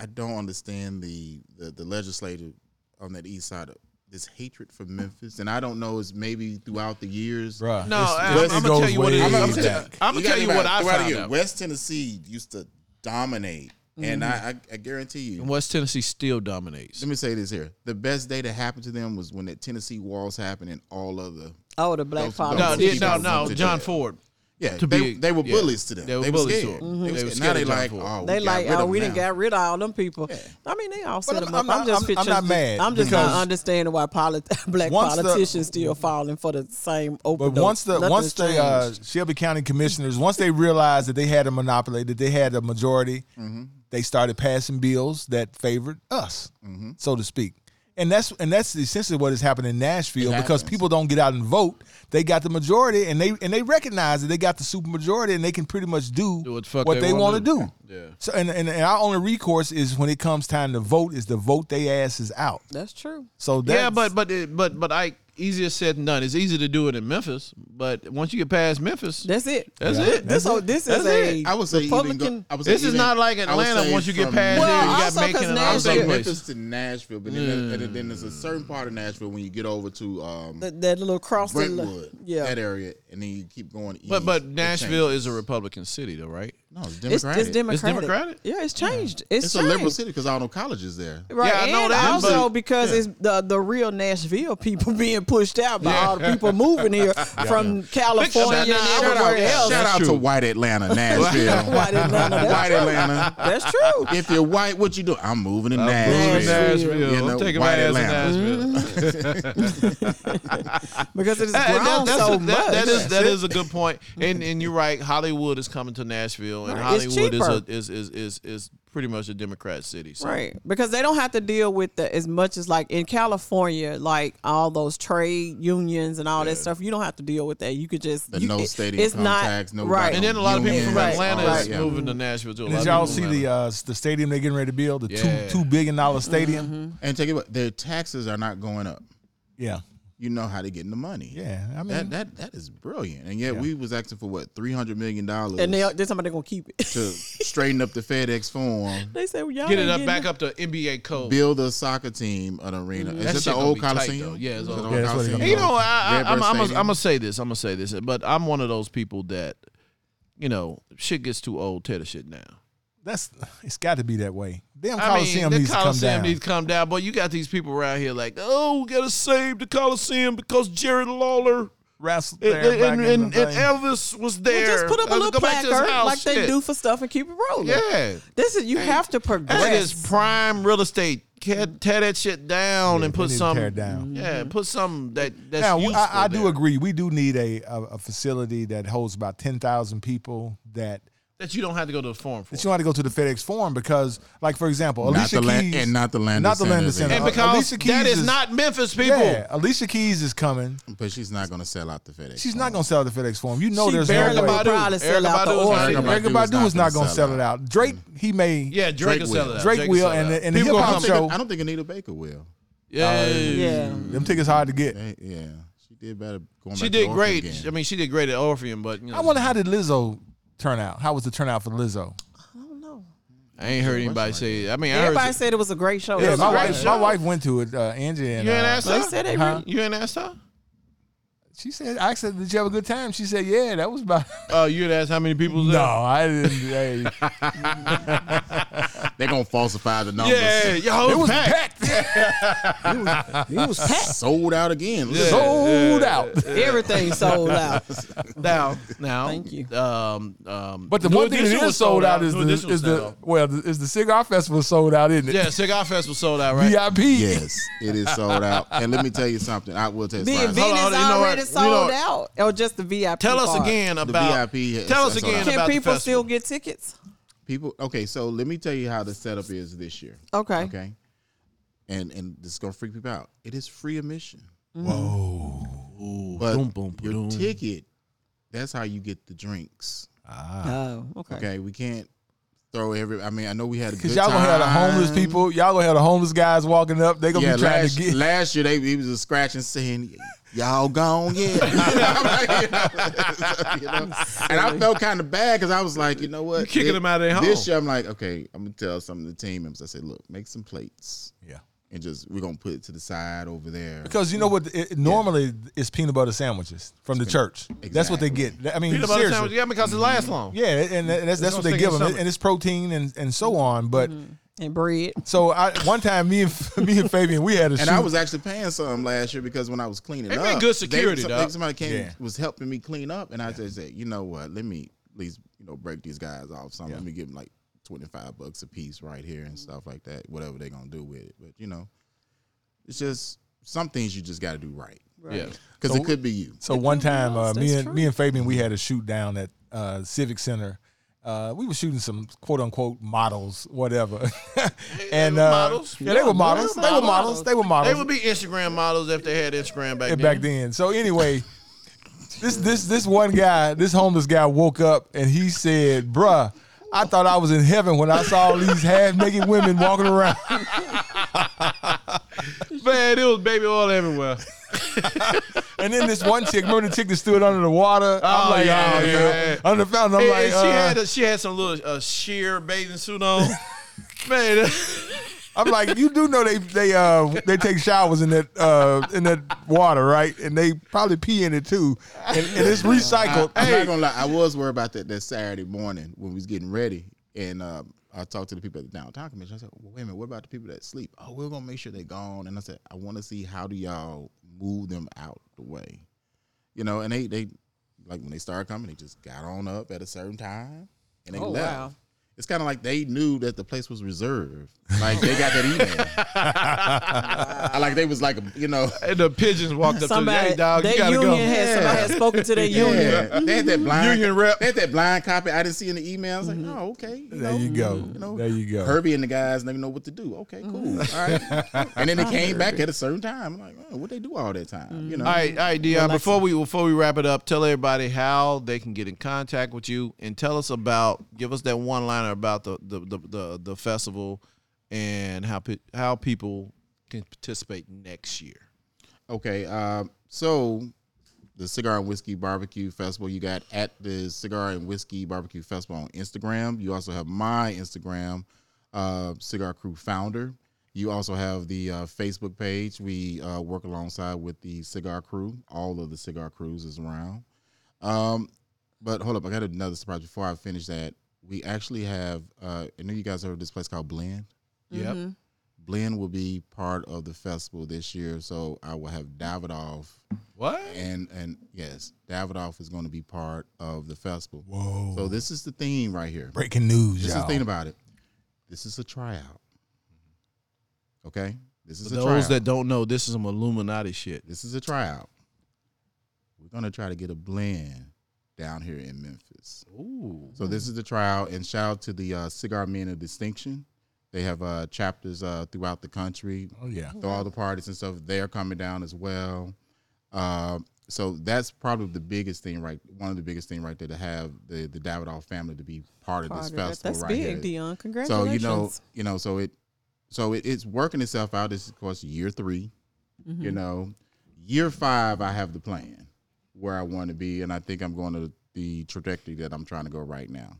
S5: I don't understand the the, the legislative on that east side of this hatred for Memphis, and I don't know is maybe throughout the years.
S2: Bruh,
S3: No,
S2: it's-
S3: I'm,
S2: it
S3: I'm gonna
S2: goes
S3: tell you what
S2: way
S3: it is. I'm
S2: back.
S3: gonna tell- I'm gonna tell you what I
S5: throughout the
S3: found
S5: year,
S3: out.
S5: West Tennessee used to dominate, and
S3: Mm-hmm.
S5: I, I I guarantee you,
S3: West Tennessee still dominates.
S5: let me say this here: the best day that happened to them was when that Tennessee walls happened, and all other
S4: Oh, the black
S5: Those-
S4: father.
S5: those
S3: No,
S5: Tennessee
S3: yeah, no,
S5: doesn't want
S3: no.
S5: to
S3: John
S5: do that.
S3: Ford.
S5: yeah.
S3: To
S5: they,
S3: be-
S5: they were
S3: yeah.
S5: bullies to them.
S3: They
S5: They
S3: were
S5: were,
S3: bullies to
S5: scared.
S3: them. Mhm.
S5: They,
S3: They were
S5: were scared. Now
S3: scared
S5: they
S3: of John
S5: like,
S3: Ford.
S5: oh,
S4: They
S5: we
S4: like,
S5: got rid
S4: oh,
S5: of
S4: we
S5: them
S4: didn't
S5: now.
S4: got rid of all them people.
S5: Yeah.
S4: I mean, they all set
S2: But
S4: them
S2: I'm-
S4: up. I'm,
S2: I'm
S4: just
S2: not- I'm- I'm
S4: pictures-
S2: not mad
S4: I'm just
S2: because-
S4: not understanding why polit- black
S2: Once the-
S4: politicians still falling for the same open.
S2: But once the once the uh, Shelby County commissioners once they realized that they had a monopoly, that they had a majority,
S3: Mm-hmm.
S2: they started passing bills that favored us,
S3: Mm-hmm.
S2: so to speak. And that's and that's essentially what has happened in Nashville because people don't get out and vote. They got the majority, and they and they recognize that they got the super majority, and they can pretty much do,
S3: Do what the fuck
S2: what
S3: they
S2: they want
S3: wanna
S2: to
S3: do.
S2: do.
S3: Yeah.
S2: So and, and and our only recourse is when it comes time to vote is to vote they asses out.
S4: that's true.
S2: So that's,
S3: yeah, but but it, but but I easier said than done. It's easy to do it in Memphis, but once you get past Memphis,
S4: That's it.
S3: That's
S4: Yeah.
S3: it.
S4: This so this
S3: That's
S4: is a
S3: it.
S5: I would say
S4: Republican.
S5: Even go, I would say
S3: this is
S5: even-
S3: not like
S5: I would
S3: Atlanta.
S5: say
S3: Once you get
S5: from
S3: past
S4: Well,
S3: here, you got
S4: also
S3: Macon
S4: 'cause
S3: and
S5: I
S3: all
S5: would say
S3: those
S4: Nashville-
S5: Memphis
S3: places.
S5: to Nashville, but then,
S3: Mm.
S5: there- and then there's a certain part of Nashville when you get over to um,
S4: that, that little cross. the-
S5: Brentwood,
S4: Yeah.
S5: that area, and then you keep going. East,
S3: But
S5: it
S3: but Nashville
S5: changes.
S3: is a Republican city, though, right?
S5: no, it's
S4: it's,
S5: Democratic.
S4: it's
S5: It's,
S4: democratic.
S3: Democratic?
S4: Yeah, it's changed. It's,
S5: a
S4: changed.
S5: liberal city because all no colleges there.
S4: Right.
S3: Yeah, I
S4: and
S3: know that,
S4: also
S3: but-
S4: because it's the the real Nashville people being pushed out by all the people moving here from California and
S3: Shout out-
S4: everywhere
S3: shout
S4: else.
S5: Shout
S3: That's
S5: out
S3: true.
S5: to White Atlanta, Nashville.
S4: White Atlanta, that's
S5: White Atlanta.
S4: That's true.
S5: If you're white, what you do? I'm moving to
S3: Moving to
S5: Nashville.
S4: Nashville.
S3: Nashville.
S5: You know,
S3: I'm taking my
S5: white
S3: ass to
S5: Atlanta. Mm-hmm.
S3: Nashville.
S4: because it is
S3: Hey,
S4: grown
S3: Uh, that- that's
S4: so
S3: a, that-
S4: much.
S3: that is that is a good point, and and you're right. Hollywood is coming to Nashville, and
S4: Right, it's
S3: Hollywood is, a,
S4: cheaper.
S3: is is is is pretty much a Democrat city. So.
S4: right because they don't have to deal with the, as much as like in California, like all those trade unions and all that stuff. You don't have to deal with that. You could just
S5: The
S4: you,
S5: no
S4: it-
S5: stadium
S4: it's not
S5: contracts, no
S4: right.
S3: And then a lot of people from
S4: Right,
S3: Atlanta
S4: right.
S3: is moving to Nashville too. A lot
S2: Did
S3: of
S2: y'all
S3: people
S2: see
S3: from
S2: the
S3: Atlanta.
S2: uh, the stadium they're getting ready to build, the
S3: Yeah. Mm-hmm.
S2: two two billion dollar stadium?
S5: And take it, their taxes are not going up.
S2: Yeah.
S5: you know how to get the money.
S2: Yeah, I mean,
S5: that that that is brilliant. And yet we was asking for what three hundred million dollars
S4: and they then somebody gonna keep it.
S5: to straighten up the FedEx form,
S4: They said well,
S2: uh,
S4: y'all
S3: Get it
S4: ain't
S3: up,
S4: getting
S3: back up to NBA code.
S5: build a soccer team, an arena. Is
S3: Mm, That shit
S5: this the
S3: gonna
S5: old
S3: be tight,
S5: Coliseum?
S3: though. Yeah, it's
S5: Is it
S3: old-
S5: the
S2: Yeah, that's what it
S5: Coliseum?
S2: gonna
S3: You know, I, I,
S5: Red
S3: I'm,
S5: Bird
S3: I'm, gonna- I'm
S5: Stadium?
S3: gonna say this. I'm gonna say this, but I'm one of those people that, you know, shit gets too old. Tear the shit now.
S2: that's it's got to be that way. Damn
S3: I
S2: Coliseum
S3: mean, the
S2: needs to come
S3: Coliseum
S2: down.
S3: needs to come down. But you got these people around here like, oh, we gotta save the Coliseum because Jared Lawler
S2: Wrestle
S3: and,
S2: there back
S3: and,
S2: in
S3: and,
S2: the
S3: and
S2: thing.
S3: Elvis was there.
S4: Well, just put up a
S3: Let's
S4: little
S3: go back to his
S4: placard
S3: house.
S4: like they
S3: Shit.
S4: do for stuff and keep it rolling.
S3: Yeah,
S4: This is you have to progress.
S3: that is prime real estate. Tear, tear that shit down and
S2: they
S3: put
S2: need to
S3: some.
S2: tear it down.
S3: Yeah,
S4: Mm-hmm.
S3: put some that that's
S2: Now, we-
S3: useful
S2: I, I do
S3: there.
S2: agree. We do need a, a, a facility that holds about 10,000 people that,
S3: that you don't have to go to the forum for.
S2: that you don't have to go to the FedEx Forum because, like, for example,
S5: Not
S2: Alicia
S5: the land
S2: Keys.
S5: and not the land.
S2: Not the Landis Center.
S3: and
S2: Uh,
S3: because
S2: Alicia
S3: that
S2: Keys
S3: is
S2: is-
S3: not Memphis people.
S2: yeah, Alicia Keys is coming.
S5: But she's not going to sell out the FedEx.
S2: She's
S3: Oh.
S2: not going to sell the FedEx Forum. You know
S4: She
S2: there's
S4: barely
S2: no way.
S4: bought
S3: Badu.
S4: Probably sell
S3: Erica
S4: out the
S3: Badu's not-
S4: order.
S5: Erica Badu.
S2: Erica
S5: Badu is
S2: Badu is
S5: not
S2: not
S5: gonna
S2: going to
S5: sell
S2: sell it out. Drake, he may.
S3: Yeah, Drake,
S5: Drake
S3: will sell
S5: will.
S3: it. out.
S2: Drake will,
S3: sell it
S2: and
S3: out.
S2: the- and the
S3: People
S2: hip
S5: I
S2: hop
S5: don't,
S3: gonna
S5: think,
S2: show-
S5: I don't think Anita Baker will.
S3: Yeah,
S2: uh,
S4: Yeah.
S2: Them tickets hard to get.
S5: They- yeah, she did better. Going
S3: she
S5: back
S3: did
S5: to Orphan
S3: great.
S5: again.
S3: I mean, she did great at Orpheum, but you know,
S2: I wonder how did Lizzo turn out? How was the turnout for Lizzo?
S4: I don't know.
S3: I ain't heard anybody say. it. I mean, I heard
S4: Everybody
S3: it-
S4: said it was a great show.
S2: Yeah,
S4: It was
S2: my
S4: a great
S2: wife, my
S4: show.
S2: wife went to it. Uh, Angie and
S3: you ain't
S2: uh,
S3: asked
S4: They
S3: her.
S4: said they
S2: Huh?
S4: really.
S3: You ain't asked her.
S2: she said, "I said, did you have a good time?" She said, "Yeah, that was about."
S3: Oh, you had asked how many people? was
S2: No,
S3: there?
S2: I didn't. hey.
S5: They're going to falsify the numbers.
S3: Yeah, yo, it was packed.
S6: He was
S5: Sold out again.
S3: Yeah.
S2: sold out.
S4: Everything sold out.
S3: Now, now,
S4: Thank you.
S3: Um, um,
S2: But the
S3: New
S2: one thing that
S3: Edition
S2: is
S3: was
S2: sold out is
S3: New
S2: the,
S3: Edition was
S2: is
S3: sold
S2: the
S3: out.
S2: well the, is the cigar festival sold out, isn't it?
S3: yeah, Cigar Festival sold out, right?
S2: VIP.
S5: Yes, it is sold out. And let me tell you something. I will tell you
S4: The
S5: something.
S4: event
S3: Hold on,
S4: is
S3: hold on, you know
S4: already
S3: what? You
S4: sold
S3: know what?
S4: out, or just the VIP.
S3: Tell us
S4: part.
S3: again about
S5: VIP has-
S3: Tell us
S5: has sold
S3: again
S5: out.
S4: Can
S3: about the
S4: people
S3: festival.
S4: still get tickets?
S5: People, okay, so let me tell you how the setup is this year.
S4: Okay.
S5: Okay. And and this is gonna freak people out. It is free admission.
S3: Mm-hmm.
S5: Whoa. But
S3: Boom, boom,
S5: your
S3: boom.
S5: ticket, that's how you get the drinks.
S2: Uh,
S4: Oh, okay.
S5: Okay. We can't throw every I mean, I know we had a good
S2: Cause y'all gonna have the homeless
S5: time.
S2: people. Y'all gonna have the homeless guys walking up. They gonna
S5: Yeah,
S2: be trying
S5: last,
S2: to get.
S5: last year they he was just scratching saying, Y'all gone yet. You know, you know? And I felt kind of bad because I was like, you know what?
S3: kicking
S5: Thi-
S3: them out of their home.
S5: This year I'm like, okay, I'm gonna tell some of the team members. I said, look, make some plates.
S2: yeah.
S5: and just we're gonna put it to the side over there.
S2: Because you know what? It, it- normally it's peanut butter sandwiches from the church. That's what they get. I mean,
S3: Peanut butter
S2: seriously.
S3: sandwich, yeah, because it lasts long.
S2: Yeah, and that- that's, that's
S3: no
S2: what they
S3: sticking
S2: give them,
S3: stomach.
S2: and it's protein and, and so
S3: Mm-hmm.
S2: on. But
S4: And bread.
S2: so I one time me and me and Fabian we had a
S5: and
S2: shoot.
S5: I was actually paying some last year because when I was cleaning
S3: They
S5: up,
S3: bring good security,
S5: some-
S3: dog.
S5: somebody came
S2: Yeah.
S5: was helping me clean up, and I just said, you know what? Let me at least you know break these guys off. Some let me give them like twenty five bucks a piece right here and stuff like that. Whatever they're gonna do with it, but you know, it's just some things you just got to do right
S3: Yeah.
S5: because
S2: So-
S5: it could be you.
S2: So one
S4: could be
S2: time, uh,
S4: us.
S2: me
S4: That's
S2: and
S4: true.
S2: me and Fabian, we had a shoot down at uh, Civic Center. Uh, we were shooting some quote unquote models, whatever. and
S3: were
S2: uh,
S3: models.
S2: Yeah, they were models. They were models. They were
S3: They
S2: models.
S3: would be Instagram models if they had Instagram back then.
S2: back then. So anyway, this this this one guy, this homeless guy, woke up and he said, "Bruh." I thought I was in heaven when I saw all these half naked women walking around.
S3: Man, it was baby oil everywhere.
S2: And then this one chick, remember the chick that stood under the water? I'm
S3: Oh,
S2: like,
S3: yeah,
S2: oh,
S3: yeah,
S2: yeah.
S3: yeah.
S2: Under the fountain. I'm
S3: And-
S2: like,
S3: and she
S2: uh,
S3: had a, she had some little uh, sheer bathing suit on. Man,
S2: I'm like, you do know they they uh they take showers in that uh in that water, right? And they probably pee in it too, and, and it's recycled.
S5: I, am
S2: hey,
S5: not gonna lie, I was worried about that that Saturday morning when we was getting ready, and um, I talked to the people at the downtown commission. I said, well, "Wait a minute, what about the people that sleep? Oh, we're gonna make sure they're gone." And I said, "I want to see how do y'all move them out the way, you know?" And they they like when they started coming, they just got on up at a certain time and they
S4: Oh,
S5: left.
S4: wow.
S5: It's kind of like they knew that the place was reserved. Like they got that email. I like they was like, you know,
S3: and the pigeons walked up to
S4: Somebody,
S3: the hey, dog.
S4: their
S3: You gotta
S4: union
S3: go.
S4: had somebody had spoken to their union.
S5: Yeah, they had that blind
S3: Union rep.
S5: They had that blind copy. I didn't see in the email. I was like, oh, okay. You
S2: Mm-hmm. there
S5: know,
S2: you go,
S5: know,
S2: there you go. Mm-hmm.
S5: Herbie and the guys never know what to do. Okay, cool. All right. And then they came back at a certain time. I'm like, oh, what they do all that time? You know.
S3: All right, all right, Dion. Before we before we wrap it up, tell everybody how they can get in contact with you, and tell us about give us that one liner about the the the, the, the festival, and how pe- how people can participate next year.
S5: Okay, um, so the Cigar and Whiskey Barbecue Festival, you got at the Cigar and Whiskey Barbecue Festival on Instagram. You also have my Instagram, uh, Cigar Crew Founder. You also have the uh, Facebook page. We uh, work alongside with the Cigar Crew. All of the Cigar Crews is around. Um, but hold up, I got another surprise before I finish that. We actually have, uh, I know you guys heard of this place called Blend.
S2: Yep.
S5: Blend will be part of the festival this year, so I will have Davidoff
S2: What?
S5: and and yes, Davidoff is going to be part of the festival.
S2: Whoa.
S5: So this is the theme right here.
S2: Breaking news,
S5: This is the
S2: y'all.
S5: thing about it. This is a tryout. Okay, this is
S3: For
S5: a
S3: those
S5: tryout.
S3: that don't know, this is some Illuminati shit.
S5: this is a tryout. We're gonna try to get a blend down here in Memphis.
S3: Ooh.
S5: So this is the trial, and shout out to the uh, Cigar Men of Distinction. They have uh, chapters uh, throughout the country,
S2: Oh yeah.
S5: through all the parties and stuff. They are coming down as well. Um, so that's probably the biggest thing, right? One of the biggest thing right there to have the the Davidoff family to be part of this
S4: Carter, that-
S5: festival
S4: That's
S5: right
S4: big,
S5: here.
S4: Dion.
S5: So
S4: Congratulations.
S5: you know, you know, so it, so it, it's working itself out. This is of course year 3 You know, year five, I have the plan where I want to be, and I think I'm going to the trajectory that I'm trying to go right now.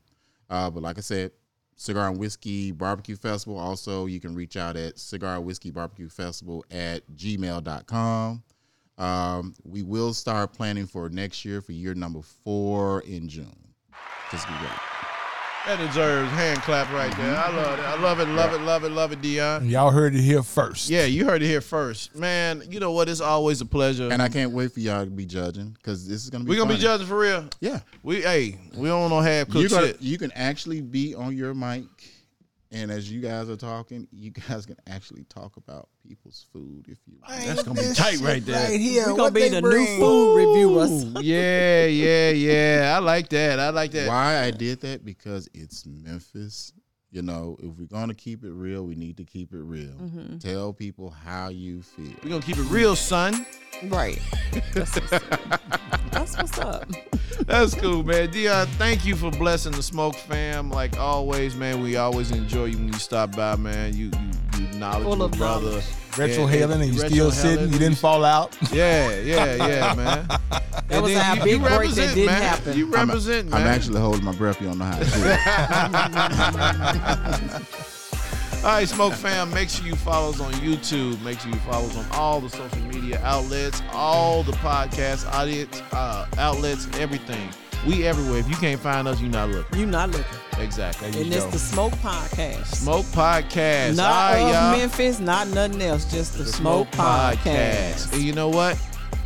S5: Uh, but like I said, Cigar and Whiskey Barbecue Festival. Also, you can reach out at Cigar and Whiskey Barbecue Festival at gmail.com. Um, we will start planning for next year for year number four in June. Just be ready.
S3: That deserves hand clap right there. I love it. I love it. Love it. Love it. Love it, Dion.
S2: And y'all heard it here first.
S3: Yeah, you heard it here first, man. You know what? It's always a pleasure.
S5: And I can't wait for y'all to be judging because this is gonna be.
S3: We're gonna be
S5: funny.
S3: judging for real.
S5: Yeah,
S3: We hey, we don't know half
S5: you
S3: cooked
S5: gonna,
S3: shit.
S5: you can actually be on your mic, and as you guys are talking, you guys can actually talk about people's food if you.
S3: That's gonna be tight right there.
S4: we're gonna be the new food reviewers.
S3: Ooh, yeah, yeah, yeah. I like that. I like that.
S5: Why I did that because it's Memphis. You know, if we're gonna keep it real, we need to keep it real. Tell people how you feel.
S3: We're gonna keep it real, son.
S4: Right. That's what's up.
S3: That's cool, man. Dion, thank you for blessing the Smoke fam. Like always, man, we always enjoy you when you stop by, man. You you, you knowledge
S4: Full
S3: your
S4: of
S3: brother.
S4: knowledge.
S2: Retro hailing and you still sitting. You didn't fall out.
S3: Yeah, yeah, yeah, man.
S4: That was our big break that didn't
S3: man.
S4: happen.
S3: You
S5: I'm-
S3: represent,
S5: I'm,
S3: man.
S5: actually holding my breath. You don't know how. to do it.
S3: All right, Smoke Fam, make sure you follow us on YouTube. Make sure you follow us on all the social media outlets, all the podcast audience uh, outlets, everything. We everywhere. If you can't find us, you're not looking.
S4: You not looking.
S3: Exactly.
S4: And it's the Smoke Podcast.
S3: Smoke Podcast.
S4: Not
S3: all right,
S4: of
S3: y'all.
S4: Memphis, not nothing else, just the,
S3: The
S4: Smoke, Podcast.
S3: And you know what?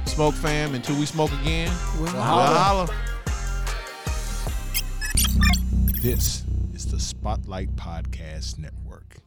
S3: Smoke Fam, until we smoke again,
S4: We'll
S3: we'll
S4: holler.
S3: holler.
S1: This is the Spotlight Podcast Network.